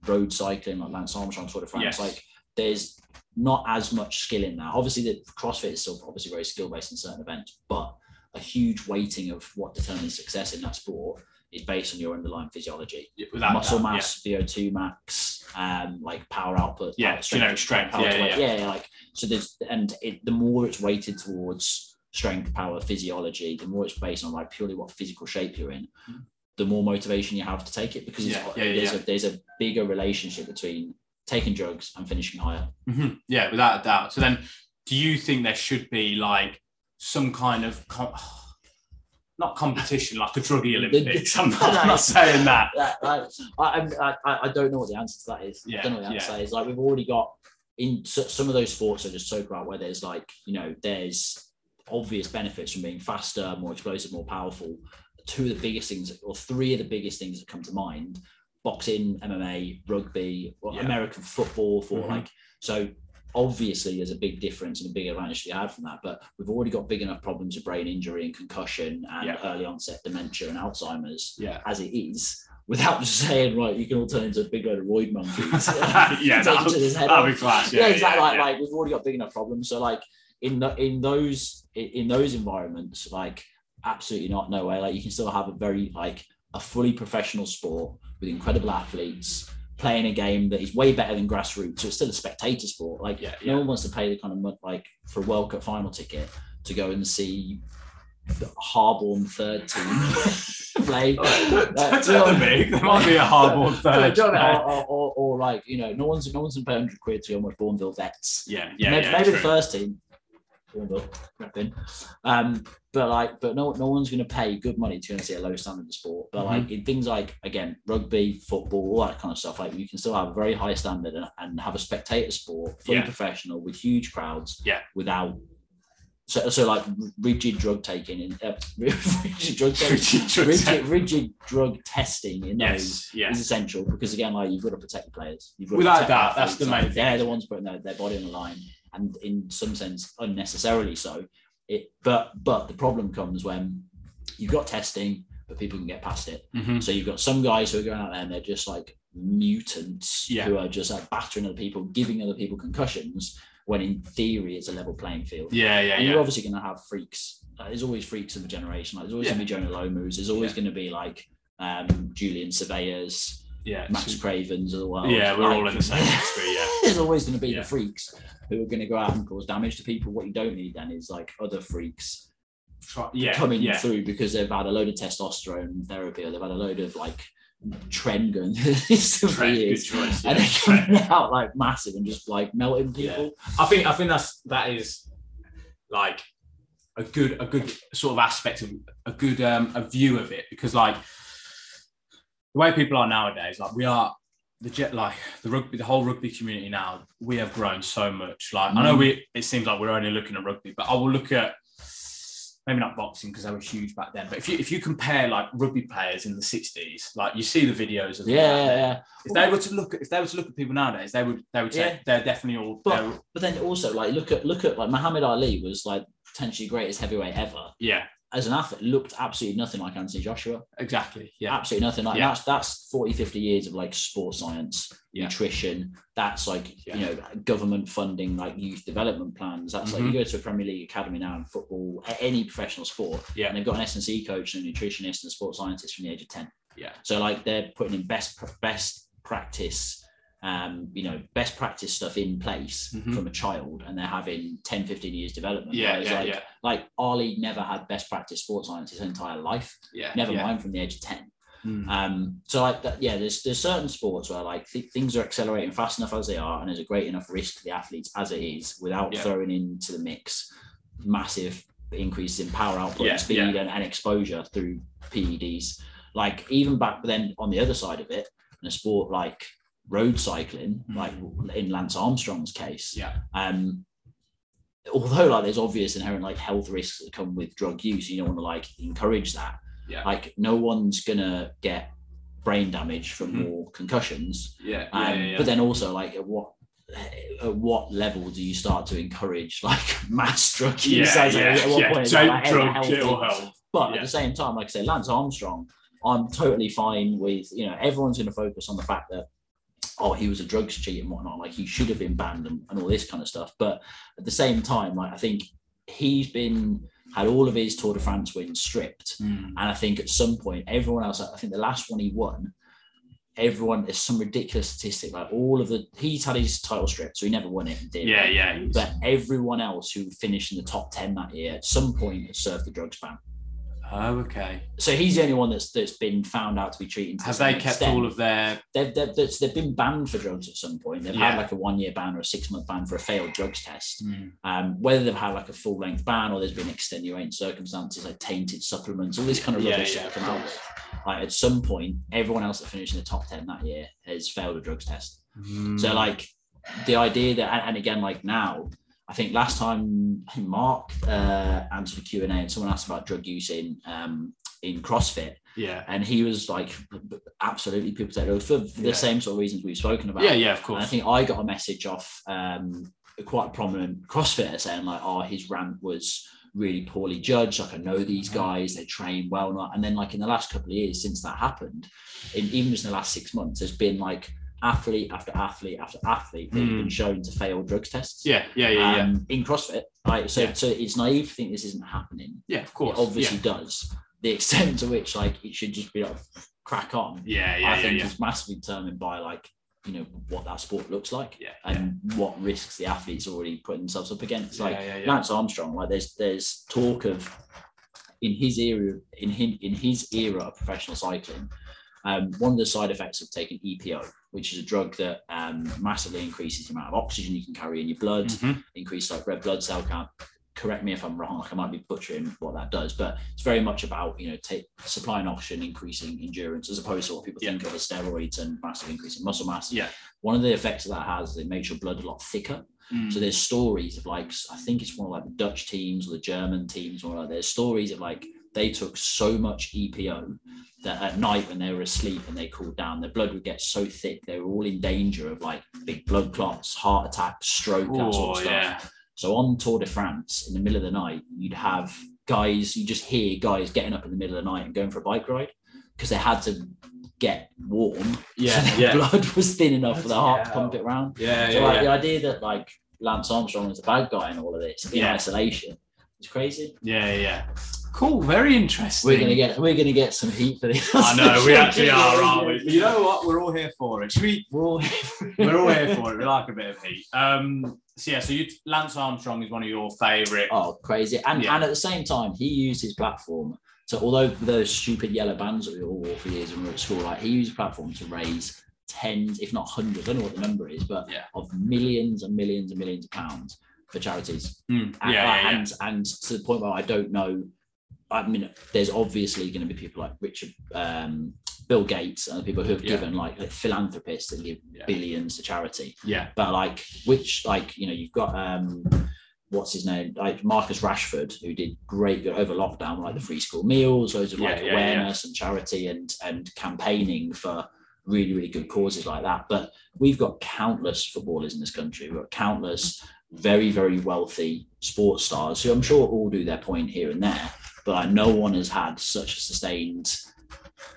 road cycling like lance armstrong tour de france Yes. like there's not as much skill in that obviously the crossfit is still obviously very skill based in certain events but a huge weighting of what determines success in that sport is based on your underlying physiology Yeah, without muscle doubt, yeah. mass, VO2 max, um, like power output. Yeah, power generic strength, power yeah, to yeah, weight. yeah, yeah, Like so, there's and it, the more it's weighted towards strength, power, physiology, the more it's based on like purely what physical shape you're in. The more motivation you have to take it because it's, Hmm. Yeah, yeah, yeah, there's, A, there's a bigger relationship between taking drugs and finishing higher. Mhm. Yeah, without a doubt. So then, do you think there should be like some kind of com- not competition, like the druggy Olympics? I'm not, I'm not saying that. That, like, I, I'm- I, I I don't know what the answer to that is. I Yeah, don't know what the answer to that is. Like we've already got in so- some of those sports I just spoke about where there's like you know there's obvious benefits from being faster, more explosive, more powerful. Two of the biggest things, or three of the biggest things that come to mind: boxing, MMA, rugby, or Yeah. American football. For Mhm. like so. Obviously, there's a big difference and a big advantage to be had from that, but we've already got big enough problems of brain injury and concussion and Yeah. early onset dementia and Alzheimer's Yeah, as it is without just saying, right, you can all turn into a big load of roid monkeys. yeah, Take that'll, each other's head off. that'll be class. Yeah, yeah, exactly. yeah, like, yeah. like we've already got big enough problems. So like in the, in those in- in those environments, like absolutely not, no way. Like you can still have a very like a fully professional sport with incredible athletes playing a game that is way better than grassroots. So it's still a spectator sport. Like Yeah, no one wants to pay the kind of mon- like for a World Cup final ticket to go and see the Harborne third team play. Don't Like, tell me. There might be a hardball third. Or, there. or, or, or like you know, no one's no one's gonna pay hundred quid to go and watch Bourneville vets. Yeah, yeah, maybe yeah. maybe the true. first team. Bourneville, repping. Um, but like, but no, no one's going to pay good money to go and see a low standard of sport. But like Mm-hmm. in things like again rugby, football, all that kind of stuff, like you can still have a very high standard and, and have a spectator sport, fully Yeah. professional with huge crowds, Yeah. without. So, so like rigid drug taking and uh, rigid drug taking, True, true, rigid, rigid drug testing in those Yes, yes. is essential because again, like you've got to protect your players. You've got Without to protect doubt, athletes. that's the Like, main thing. They're the ones putting their, their body on the line, and in some sense, unnecessarily so. It, but but the problem comes when you've got testing, but people can get past it. Mhm. So you've got some guys who are going out there and they're just like mutants Yeah. who are just like battering other people, giving other people concussions. When in theory, it's a level playing field. Yeah, yeah, And yeah. you're obviously going to have freaks. Like, there's always freaks of the generation. Like, there's always Yeah. going to be Jonah Lomus. There's always going to be like um, Julian Surveyors. yeah, Max Cravens of the world. Yeah, we're all in the same industry, yeah. There's always going to be Yeah. the freaks who are going to go out and cause damage to people. What you don't need then is like other freaks try- yeah, coming yeah. through because they've had a load of testosterone therapy or they've had a load of like trend going through for Trent, good years. choice. And yeah, they're Trent. coming out like massive and just like melting Yeah. people. I think I think that's that is like a good a good sort of aspect of a good um a view of it because like the way people are nowadays like we are the jet like the rugby the whole rugby community now we have grown so much like Mm. I know we it seems like we're only looking at rugby but I will look at maybe not boxing because they were huge back then but if you if you compare like rugby players in the 60s like you see the videos of Yeah, yeah, yeah. if they were to look at if they were to look at people nowadays they would they would say Yeah. they're definitely all But- they're- But then also like look at look at like Muhammad Ali was like potentially greatest heavyweight ever. yeah As an athlete, looked absolutely nothing like Anthony Joshua. Exactly. Yeah. absolutely nothing like Yeah. that's that's 40 50 years of like sports science Yeah. nutrition that's like Yeah. you know government funding like youth development plans that's like Mhm. you go to a premier league academy now in football a- any professional sport Yeah. and they've got an s&c coach and a nutritionist and a sports scientist from the age of 10 Yeah. so like they're putting in best pr- best practice um you know best practice stuff in place Mhm. from a child and they're having 10 15 years development Yeah. Whereas, Yeah. like yeah. like ali never had best practice sports science his entire life Yeah. never Eh, yeah. mind from the age of 10 Mm. um, so like that, yeah, there's there's certain sports where like th- things are accelerating fast enough as they are, and there's a great enough risk to the athletes as it is, without Yeah. throwing into the mix massive increases in power output, Yeah, and speed, yeah. And, and exposure through PEDs. Like even back then, on the other side of it, in a sport like road cycling, Mhm. like in Lance Armstrong's case, Yeah. um, although like there's obvious inherent like health risks that come with drug use, you don't want to like encourage that. Yeah. Like no one's gonna get brain damage from Mhm. more concussions. Yeah. Um, Yeah. yeah, But then also like at what at what level do you start to encourage like mass drug yeah. use? As a- yeah, at what yeah. point is Don't that drug healthy? it'll help. But Yeah. at the same time, like I said, Lance Armstrong, I'm totally fine with, you know, everyone's going to focus on the fact that, oh, he was a drugs cheat and whatnot. Like he should have been banned and, and all this kind of stuff. But at the same time, like I think he's been, had all of his Tour de France wins stripped. Mm. And I think at some point, everyone else, I think the last one he won, everyone, there's some ridiculous statistic, like all of the, he's had his title stripped, so he never won it. in theory. Yeah. Yeah. he's- But everyone else who finished in the top 10 that year at some point has served the drugs ban Oh, okay. so he's the only one that's that's been found out to be cheating. To Have some they kept extent. all of their? They've, they've, that's- they've been banned for drugs at some point. They've Yeah. had like a one year ban or a six month ban for a failed drugs test. Mm. Um, whether they've had like a full length ban or there's been extenuating circumstances like tainted supplements, all this kind of Yeah, rubbish yeah, that of come out course. with. Like at some point, everyone else that finished in the top ten that year has failed a drugs test. Hmm. Mm. So like the idea that, and, and again, like now, I think last time I think Mark uh, answered a Q and A, and someone asked about drug use in um, in CrossFit, Yeah. and he was like, b- b- absolutely, people take drugs for the Yeah. same sort of reasons we've spoken about. Yeah. Yeah. Of And I course. think I got a message off um, a quite prominent CrossFitter saying like, oh, his rant was really poorly judged. Like I know these Mhm. guys, they train well, and all that. and then like in the last couple of years since that happened, in even just in the last six months, there's been like athlete after athlete after athlete that have Mm. been shown to fail drugs tests. Yeah. Yeah. Yeah. Yeah. Um, in CrossFit, like so, Yeah. so it's naive to think this isn't happening Yeah. Of it course. obviously does. The extent to which like it should just be like crack on, Yeah. Yeah. Yeah. I Yeah. think yeah. is massively determined by like you know what that sport looks like Yeah. and what risks the athletes already putting themselves up against. Like yeah, yeah, Lance Armstrong, like there's there's talk of in his era in him in his era of professional cycling, um, one of the side effects of taking EPO, which is a drug that um, massively increases the amount of oxygen you can carry in your blood, Mhm. increase like red blood cell count. Correct me if I'm wrong. Like I might be butchering what that does, but it's very much about you know take supplying oxygen, increasing endurance, as opposed to what people Yeah. think of as steroids and massive increase in muscle mass. Yeah. One of the effects that that has is it makes your blood a lot thicker. Mm. So there's stories of like I think it's one of like the Dutch teams or the German teams or like there's stories of like they took so much EPO that at night when they were asleep and they cooled down, their blood would get so thick they were all in danger of like big blood clots, heart attack, stroke, that sort of Oh, stuff. yeah. So on Tour de France in the middle of the night, you'd have guys, you just hear guys getting up in the middle of the night and going for a bike ride because they had to get warm. Yeah, so their yeah. blood was thin enough for their Bloody heart to hell. pump it round. Yeah, So like yeah, the yeah. idea that like Lance Armstrong was a bad guy in all of this in Yeah. isolation is crazy. Yeah, yeah. Cool. Very interesting. We're gonna get we're gonna get some heat for this. I know we actually are, aren't we? But you know what? We're all here for it. Should we? We're all We're all here for it. We like a bit of heat. Um. So yeah. So you, Lance Armstrong is one of your favourite. oh crazy. And Yeah. and at the same time, he used his platform. So although those stupid yellow bands that we all wore for years when we were at school, like he used his platform to raise tens, if not hundreds, I don't know what the number is, but Yeah. of millions and millions and millions of pounds for charities. Mm, And, and and to the point where I don't know. I mean, there's obviously going to be people like Richard, um, Bill Gates, and people who have Yeah. given like, like philanthropists that give Yeah. billions to charity. Yeah. But like, which like you know, you've got um, what's his name, like Marcus Rashford, who did great good over lockdown, like the free school meals, loads of Yeah, like yeah, yeah. awareness and charity and and campaigning for really really good causes like that. But we've got countless footballers in this country. We've got countless very, very wealthy sports stars who I'm sure all do their point here and there, but like, no one has had such a sustained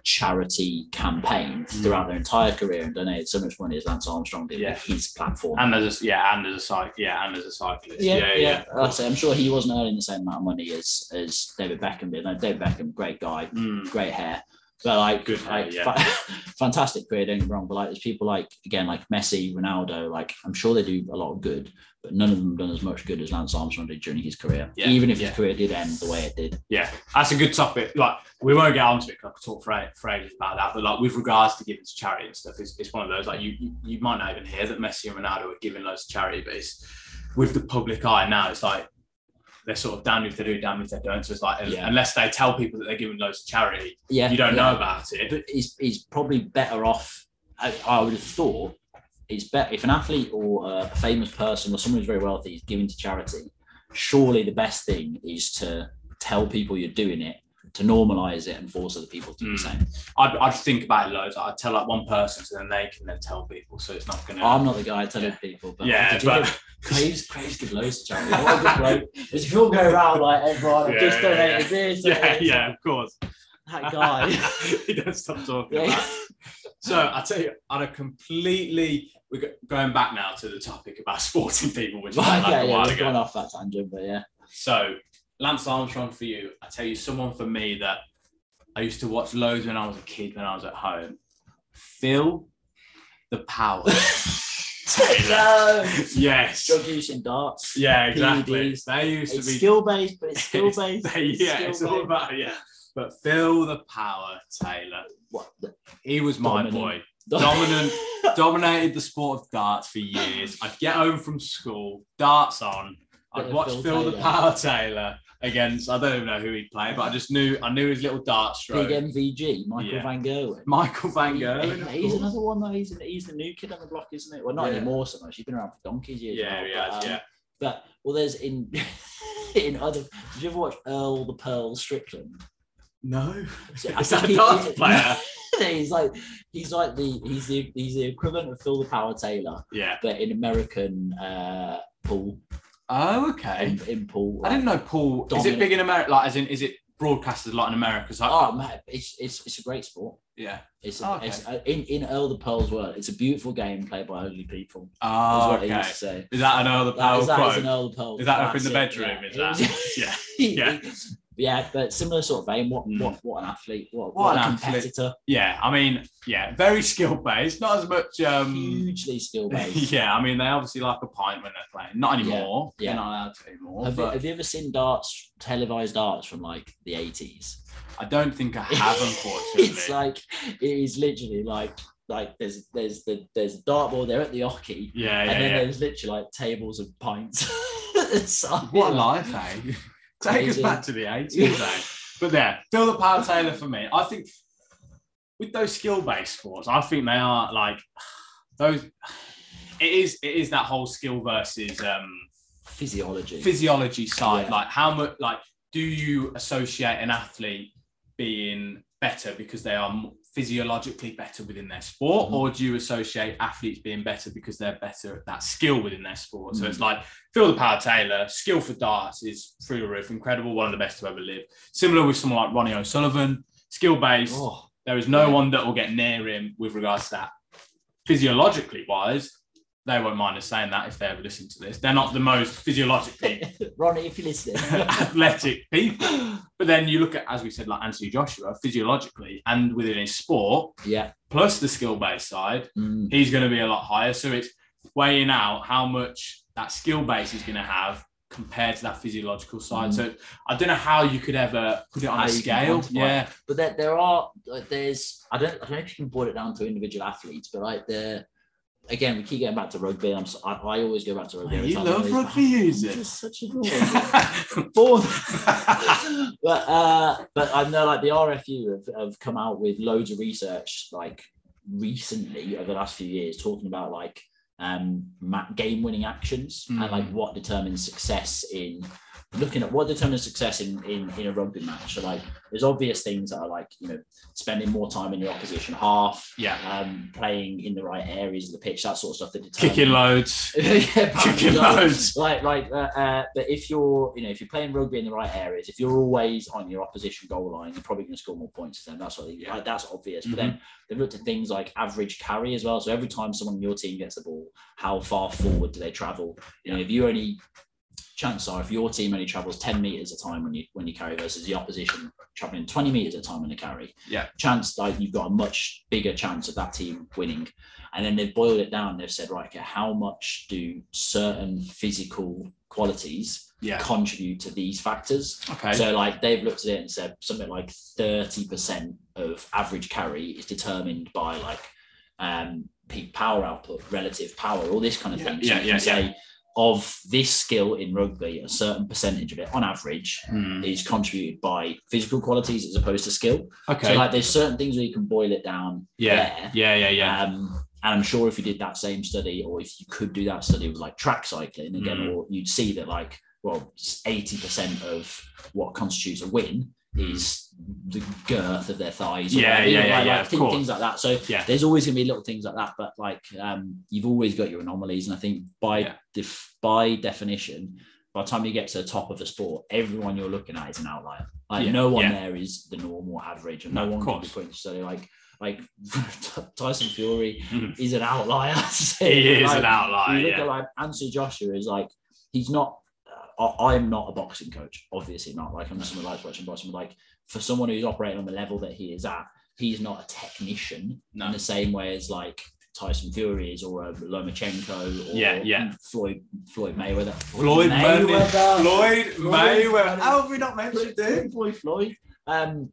charity campaign throughout their entire career and donated so much money as Lance Armstrong did Mm. Yeah. with his platform. And as a yeah, and as a cyc yeah, and as a cyclist. Um, yeah, yeah, yeah. Like I say, I'm sure he wasn't earning the same amount of money as as David Beckham did. Now, David Beckham, great guy, Mm, great hair. But like, Good hair, like, yeah. fa- fantastic career, don't get me wrong. But like, there's people like again, like Messi, Ronaldo. Like, I'm sure they do a lot of good, but none of them done as much good as Lance Armstrong did during his career. Yeah, Even if yeah. his career did end the way it did. yeah, that's a good topic. Like we won't get onto it because I could talk for, a- for ages about that. But like with regards to giving to charity and stuff, it's, it's one of those like you, you you might not even hear that Messi and Ronaldo are giving loads to charity, but it's with the public eye now. It's like they're sort of damned if they do, damned if they don't. So it's like un- Yeah. unless they tell people that they're giving loads to charity, Yeah, you don't yeah. know about it. But he's he's probably better off. I, I would have thought it's better if an athlete or a famous person or someone who's very wealthy is giving to charity. Surely the best thing is to tell people you're doing it, to normalize it, and force other people to do the Mm. same. I'd, I'd think about it loads. I'd tell like one person, so then they can then tell people. So it's not gonna. I'm not the guy telling people, but yeah, I do but give- Craves, Craves give loads to charity. What a good bloke. Because if you all go around like everyone, I've Yeah, just yeah, donated this, yeah, donated yeah, of course. that, that guy. he don't stop talking. about yeah. it. So I tell you, on a completely we're go- going back now to the topic about sporting people, which was Right, like yeah, a yeah, while we've ago. gone off that tangent, but yeah. So Lance Armstrong for you. I tell you, someone for me that I used to watch loads when I was a kid when I was at home. Phil, the power. Taylor. no. yes. Drug use in darts. Yeah, exactly. PEDs. They used to It's be skill based, but it's skill It's- based. They- yeah, it's all skill-based. about yeah. But Phil the Power Taylor, What the- he was my Dominant. boy. Dominant. Dominated the sport of darts for years. I'd get home from school, darts on. Bit I'd of watch Phil, Phil the Taylor. Power Taylor against I don't even know who he'd play, but I just knew I knew his little dart stroke. Big MVG, Michael Yeah. Van Gerwen. Michael Van He- Gerwen. of he's course. another one though. He's, he's the new kid on the block, isn't it? Well, not Yeah. anymore so much. He's been around for donkey's years. Yeah, now, yeah, but, um, yeah. But well, there's in in other. Did you ever watch Earl the Pearl Strickland? No. So Is that think a darts player? he's like he's like the he's the he's the equivalent of Phil the Power Taylor, Yeah. but in American uh, pool Oh, okay. in, in pool. I like- didn't know Paul. Is it Dominant. big in America? Like, as in, is it broadcasted a lot in America? So, Oh man, it's it's it's a great sport. yeah. It's, Oh, okay. it's uh, in in Earl the Pearl's world. It's a beautiful game played by ugly people. Is Oh, what they okay. used to say. Is that another That power is, that is quote? an Earl the Pearl. Is that up in the That's it, bedroom? yeah. Is that? yeah. He- Yeah. he- yeah, but similar sort of vein. What, what, what an athlete! What, What what, a an athlete. competitor! Yeah, I mean, yeah, very skill based. Not as much. Um, Hugely skill based. yeah, I mean, they obviously like a pint when they're playing. Not Yeah, anymore. yeah. They're not allowed to anymore. Have you, but have you ever seen darts televised darts from like the eighties? I don't think I have, unfortunately. it's like it is literally like like there's there's the there's a dartboard there at the hockey, yeah, and yeah, then yeah. there's literally like tables of pints. Aside. What a life, eh? Take us Amazing. back to the 80s, eh? But there, Phil the Power Taylor for me. I think with those skill-based sports, I think they are like those. It is it is that whole skill versus um, Physiology. physiology side. Yeah. Like how much like do you associate an athlete being better because they are m- physiologically better within their sport, Mhm. or do you associate athletes being better because they're better at that skill within their sport? So Mm. it's like Phil the Power Taylor, skill for darts is through the roof, incredible, one of the best to ever live. Similar with someone like Ronnie O'Sullivan, skill based. Oh, There is no Yeah. one that will get near him with regards to that. Physiologically wise, they won't mind us saying that if they ever listen to this. They're not the most physiologically Ronnie, if you're listening. athletic people. But then you look at, as we said, like Anthony Joshua, physiologically and within his sport, yeah. plus the skill based side, Mm. he's going to be a lot higher. So it's weighing out how much that skill base is going to have compared to that physiological side. Mm. So I don't know how you could ever put it on How a you can scale. quantify it. Yeah. But there, there are like, there's I don't I don't know if you can boil it down to individual athletes, but like the again we keep getting back to rugby. I'm so, I, I always go back to rugby. Mate, every you time I love lose, rugby, but I'm you zit. just such a dork. Born. but uh, but I know like the RFU have, have come out with loads of research like recently over the last few years talking about like um game winning actions and Mm. like what determines success in looking at what determines success in, in in a rugby match so like there's obvious things that are like you know spending more time in the opposition half yeah. um playing in the right areas of the pitch that sort of stuff that determines Kicking loads. yeah, Chicken like- loads. Like, like, uh, uh, but if you're, you know, if you're playing rugby in the right areas, if you're always on your opposition goal line, you're probably going to score more points than them. That's what they, Yeah. like, that's obvious. Mm-hmm. But then they've looked at things like average carry as well. So every time someone in your team gets the ball, how far forward do they travel? You know, if you only chances are if your team only travels 10 meters a time when you when you carry versus the opposition traveling 20 meters a time when they carry Yeah. chance like you've got a much bigger chance of that team winning and then they've boiled it down they've said right okay, how much do certain physical qualities Yeah. contribute to these factors Okay. so like they've looked at it and said something like 30% of average carry is determined by like um peak power output, relative power, all this kind of Yeah, thing. yeah, you yeah, can say of this skill in rugby, a certain percentage of it on average Hmm. is contributed by physical qualities as opposed to skill. Okay. So like there's certain things where you can boil it down yeah. there. Yeah. Yeah. Yeah. Um, and I'm sure if you did that same study, or if you could do that study with like track cycling again, Mm. or you'd see that like, well, 80% of what constitutes a win is the girth of their thighs. or Yeah, whatever, you yeah, know, yeah, like- yeah, like of thing- course. Things like that. So Yeah. there's always gonna be little things like that, but like um, you've always got your anomalies, and I think by Yeah. def- by definition, by the time you get to the top of a sport, everyone you're looking at is an outlier. Like Yeah, no one yeah. there is the normal average, and No, no, of one can be course. put into study like like Tyson Fury Mhm. is an outlier. He is like, an outlier. You look yeah. at like Anthony Joshua is like he's not. Uh, I- I'm not a boxing coach, obviously not. Like I'm just someone who likes watching boxing. But like for someone who's operating on the level that he is at, he's not a technician No. in the same way as like Tyson Fury is or a Lomachenko or Yeah, yeah. Floyd Floyd Mayweather. Floyd Mayweather. Floyd Mayweather. Mayweather. How have we not mentioned him? Boy Floyd. Um,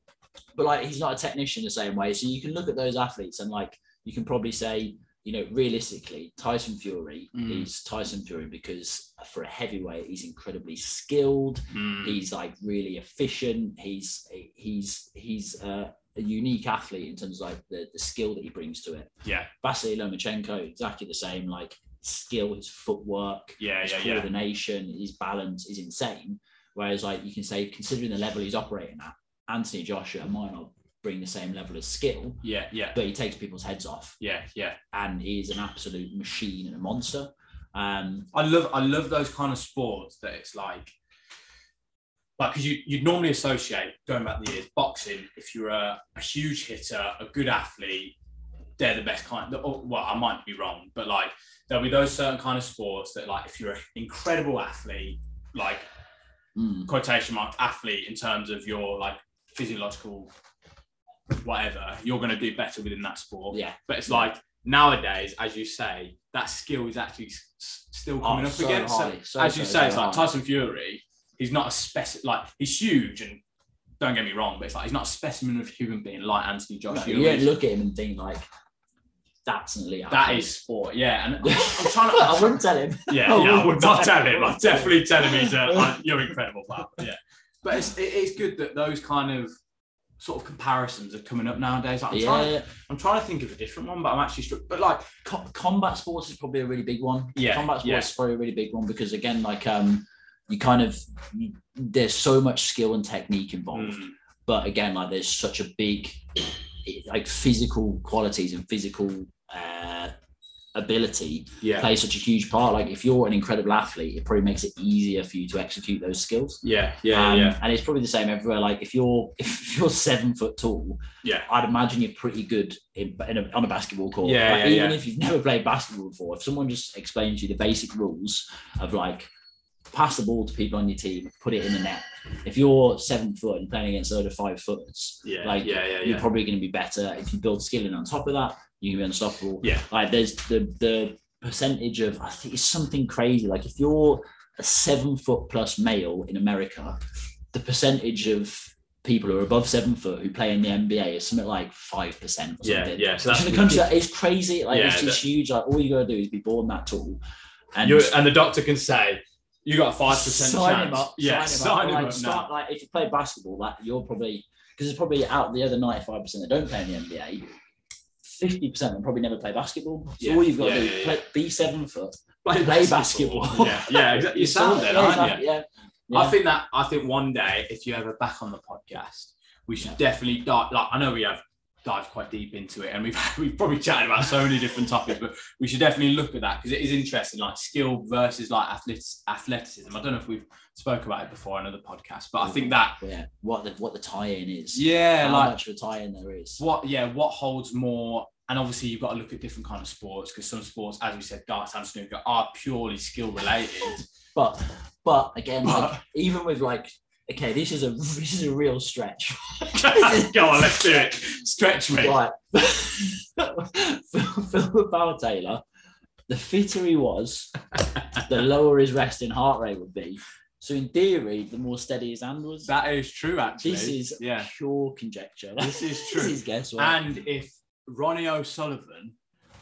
but like he's not a technician the same way. So you can look at those athletes and like you can probably say, you know, realistically, Tyson Fury Mm. is Tyson Fury because for a heavyweight, he's incredibly skilled. Hmm. Mm. He's like really efficient. He's he's he's uh, a unique athlete in terms of like the, the skill that he brings to it. Yeah. Vasily Lomachenko, exactly the same. Like skill, his footwork, Yeah, his yeah, yeah. coordination, his balance is insane. Whereas, like you can say, considering the level he's operating at, Anthony Joshua might not bring the same level of skill, Yeah, yeah, but he takes people's heads off, yeah, yeah. and he is an absolute machine and a monster. Um, I love I love those kind of sports that it's like like because you, you'd normally associate going back the years boxing if you're a, a huge hitter a good athlete they're the best kind or- well i might be wrong but like there'll be those certain kind of sports that like if you're an incredible athlete like Mm. quotation mark athlete in terms of your like physiological whatever, you're going to do better within that sport. Yeah. But it's like nowadays, as you say, that skill is actually s- s- still coming Oh, up so again. So high, so, as you so, say, so it's like high. Tyson Fury. He's not a specimen. Like he's huge, and don't get me wrong, but it's like he's not a specimen of human being like Anthony No, Joshua. you don't is. look at him and think like, that's an elite. that athlete. is sport. Yeah, and I'm, I'm trying to. I wouldn't tell him. Yeah, I yeah, wouldn't I would Oh, not tell tell him. I'm definitely telling him he's a, like, you're incredible, pal. Yeah, but it's it is good that those kind of sort of comparisons are coming up nowadays. Like, I'm, trying, Yeah, I'm trying to think of a different one, but I'm actually struck. But like, co- combat sports is probably a really big one. Yeah, combat sports yeah. is probably a really big one because again, like um, you kind of you, there's so much skill and technique involved, mm, but again, like there's such a big it- like physical qualities and physical uh, ability yeah, play such a huge part. Like if you're an incredible athlete, it probably makes it easier for you to execute those skills. yeah, yeah, Um, yeah, And it's probably the same everywhere. Like if you're if you're seven foot tall, yeah. I'd imagine you're pretty good in, in a, on a basketball court. Yeah, Like, yeah, even yeah. if you've never played basketball before, if someone just explains to you the basic rules of like pass the ball to people on your team, put it in the net. If you're seven foot and playing against other five footers, Yeah, like yeah, yeah, you're yeah. probably going to be better. If you build skill in on top of that, you can be unstoppable. Yeah. Like there's the the percentage of I think it's something crazy. Like if you're a seven foot plus male in America, the percentage of people who are above seven foot who play in the NBA is something like five percent or Yeah, something. yeah. So Which that's in a country that is crazy. Like it's Yeah, just huge. Like all you gotta do is be born that tall. And you and the doctor can say you got a five percent sign chance. him up. yeah, sign him up. Like, now. start, like if you play basketball, like you're probably because it's probably out the other ninety five percent that don't play in the NBA. Fifty percent will probably never play basketball. So Yeah, all you've got yeah, to do yeah, is yeah. play, be seven foot. Play play basketball. yeah, yeah. Exactly. You sound Yeah, dead, aren't you? exactly, yeah. I think that I think one day if you're ever back on the podcast, we should Yeah. definitely dive. Like I know we have dived quite deep into it, and we've we've probably chatted about so many different topics, but we should definitely look at that because it is interesting, like skill versus like athletics, athleticism. I don't know if we've spoke about it before on another podcast, but I think that yeah, what the what the tie in is. yeah, How like much of a tie in there is. what yeah what holds more and obviously you've got to look at different kind of sports because some sports as we said darts and snooker are purely skill related But but again, like, But- even with like okay, this is a this is a real stretch. go on let's do it stretch me Right. Phil, Phil Bauer Taylor, the fitter he was, the lower his resting heart rate would be. So in theory, the more steady his hand was. that is true actually this is yeah pure conjecture. This is this true. is guesswork. and if ronnie o'sullivan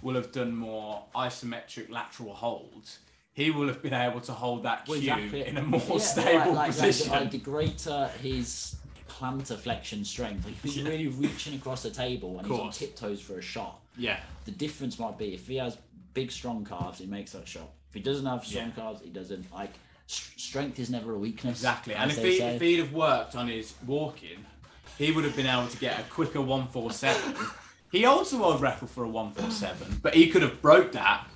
will have done more isometric lateral holds he will have been able to hold that cue Well, exactly. in a more Yeah, stable like, like, position Like, the greater his plantar flexion strength, like he was Yeah. really reaching across the table and he's on Course. tiptoes for a shot. yeah The difference might be if he has big, strong calves, he makes that shot. If he doesn't have strong Yeah. calves, he doesn't. Like s- strength is never a weakness. Exactly. And as if, they he, say. if he'd have worked on his walking, he would have been able to get a quicker 147. he also world record for a 147, but he could have broke that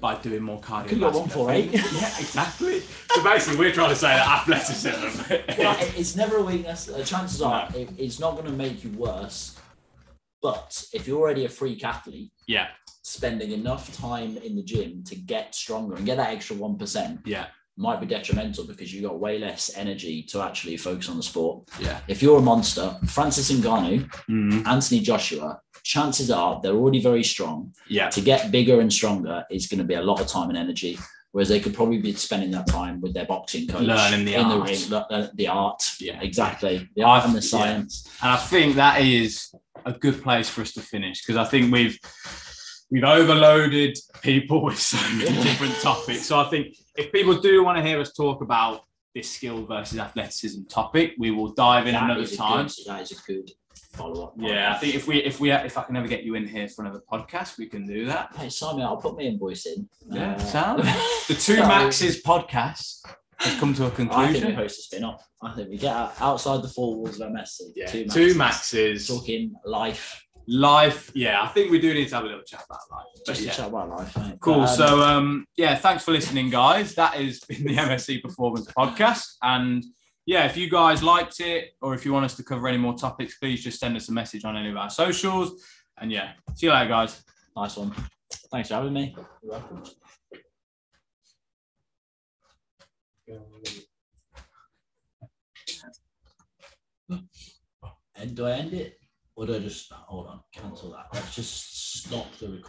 by doing more cardio. Could have got 148. yeah, exactly. So basically, we're trying to say that athleticism. Like, it- it's never a weakness. The chances are it, it's not going to make you worse. But if you're already a freak athlete, yeah, spending enough time in the gym to get stronger and get that extra one percent yeah, might be detrimental because you got way less energy to actually focus on the sport. yeah. If you're a monster, Francis Ngannou, Mm-hmm. Anthony Joshua, chances are they're already very strong. Yeah, To get bigger and stronger is going to be a lot of time and energy, whereas they could probably be spending that time with their boxing coach, Learning the in art. the ring, le- le- the art. Yeah. exactly. The art I've- and the yeah. science. and I think that is a good place for us to finish because I think we've we've overloaded people with so many Yeah. different topics. So I think if people do want to hear us talk about this skill versus athleticism topic, we will dive in That another is a time. good- that is a good follow up. Yeah, I think if we if we if I can ever get you in here for another podcast, we can do that. Hey, Simon, I'll put my invoice in. Yeah, Uh, sound. The two So- maxes podcast has come to a I think we conclusion. host a spin off. I think we get out, outside the four walls of MSC. Yeah, two maxes, Talking life. life. Yeah, I think we do need to have a little chat about life. But Just yeah. to chat about life. mate. Cool. Um, so, um, yeah, thanks for listening, guys. That has been the MSC Performance Podcast. And yeah, if you guys liked it or if you want us to cover any more topics, please just send us a message on any of our socials. And yeah, see you later, guys. nice one. Thanks for having me. You're welcome. And do I end it? Or do I just hold on, cancel that? Let's just stop the recording.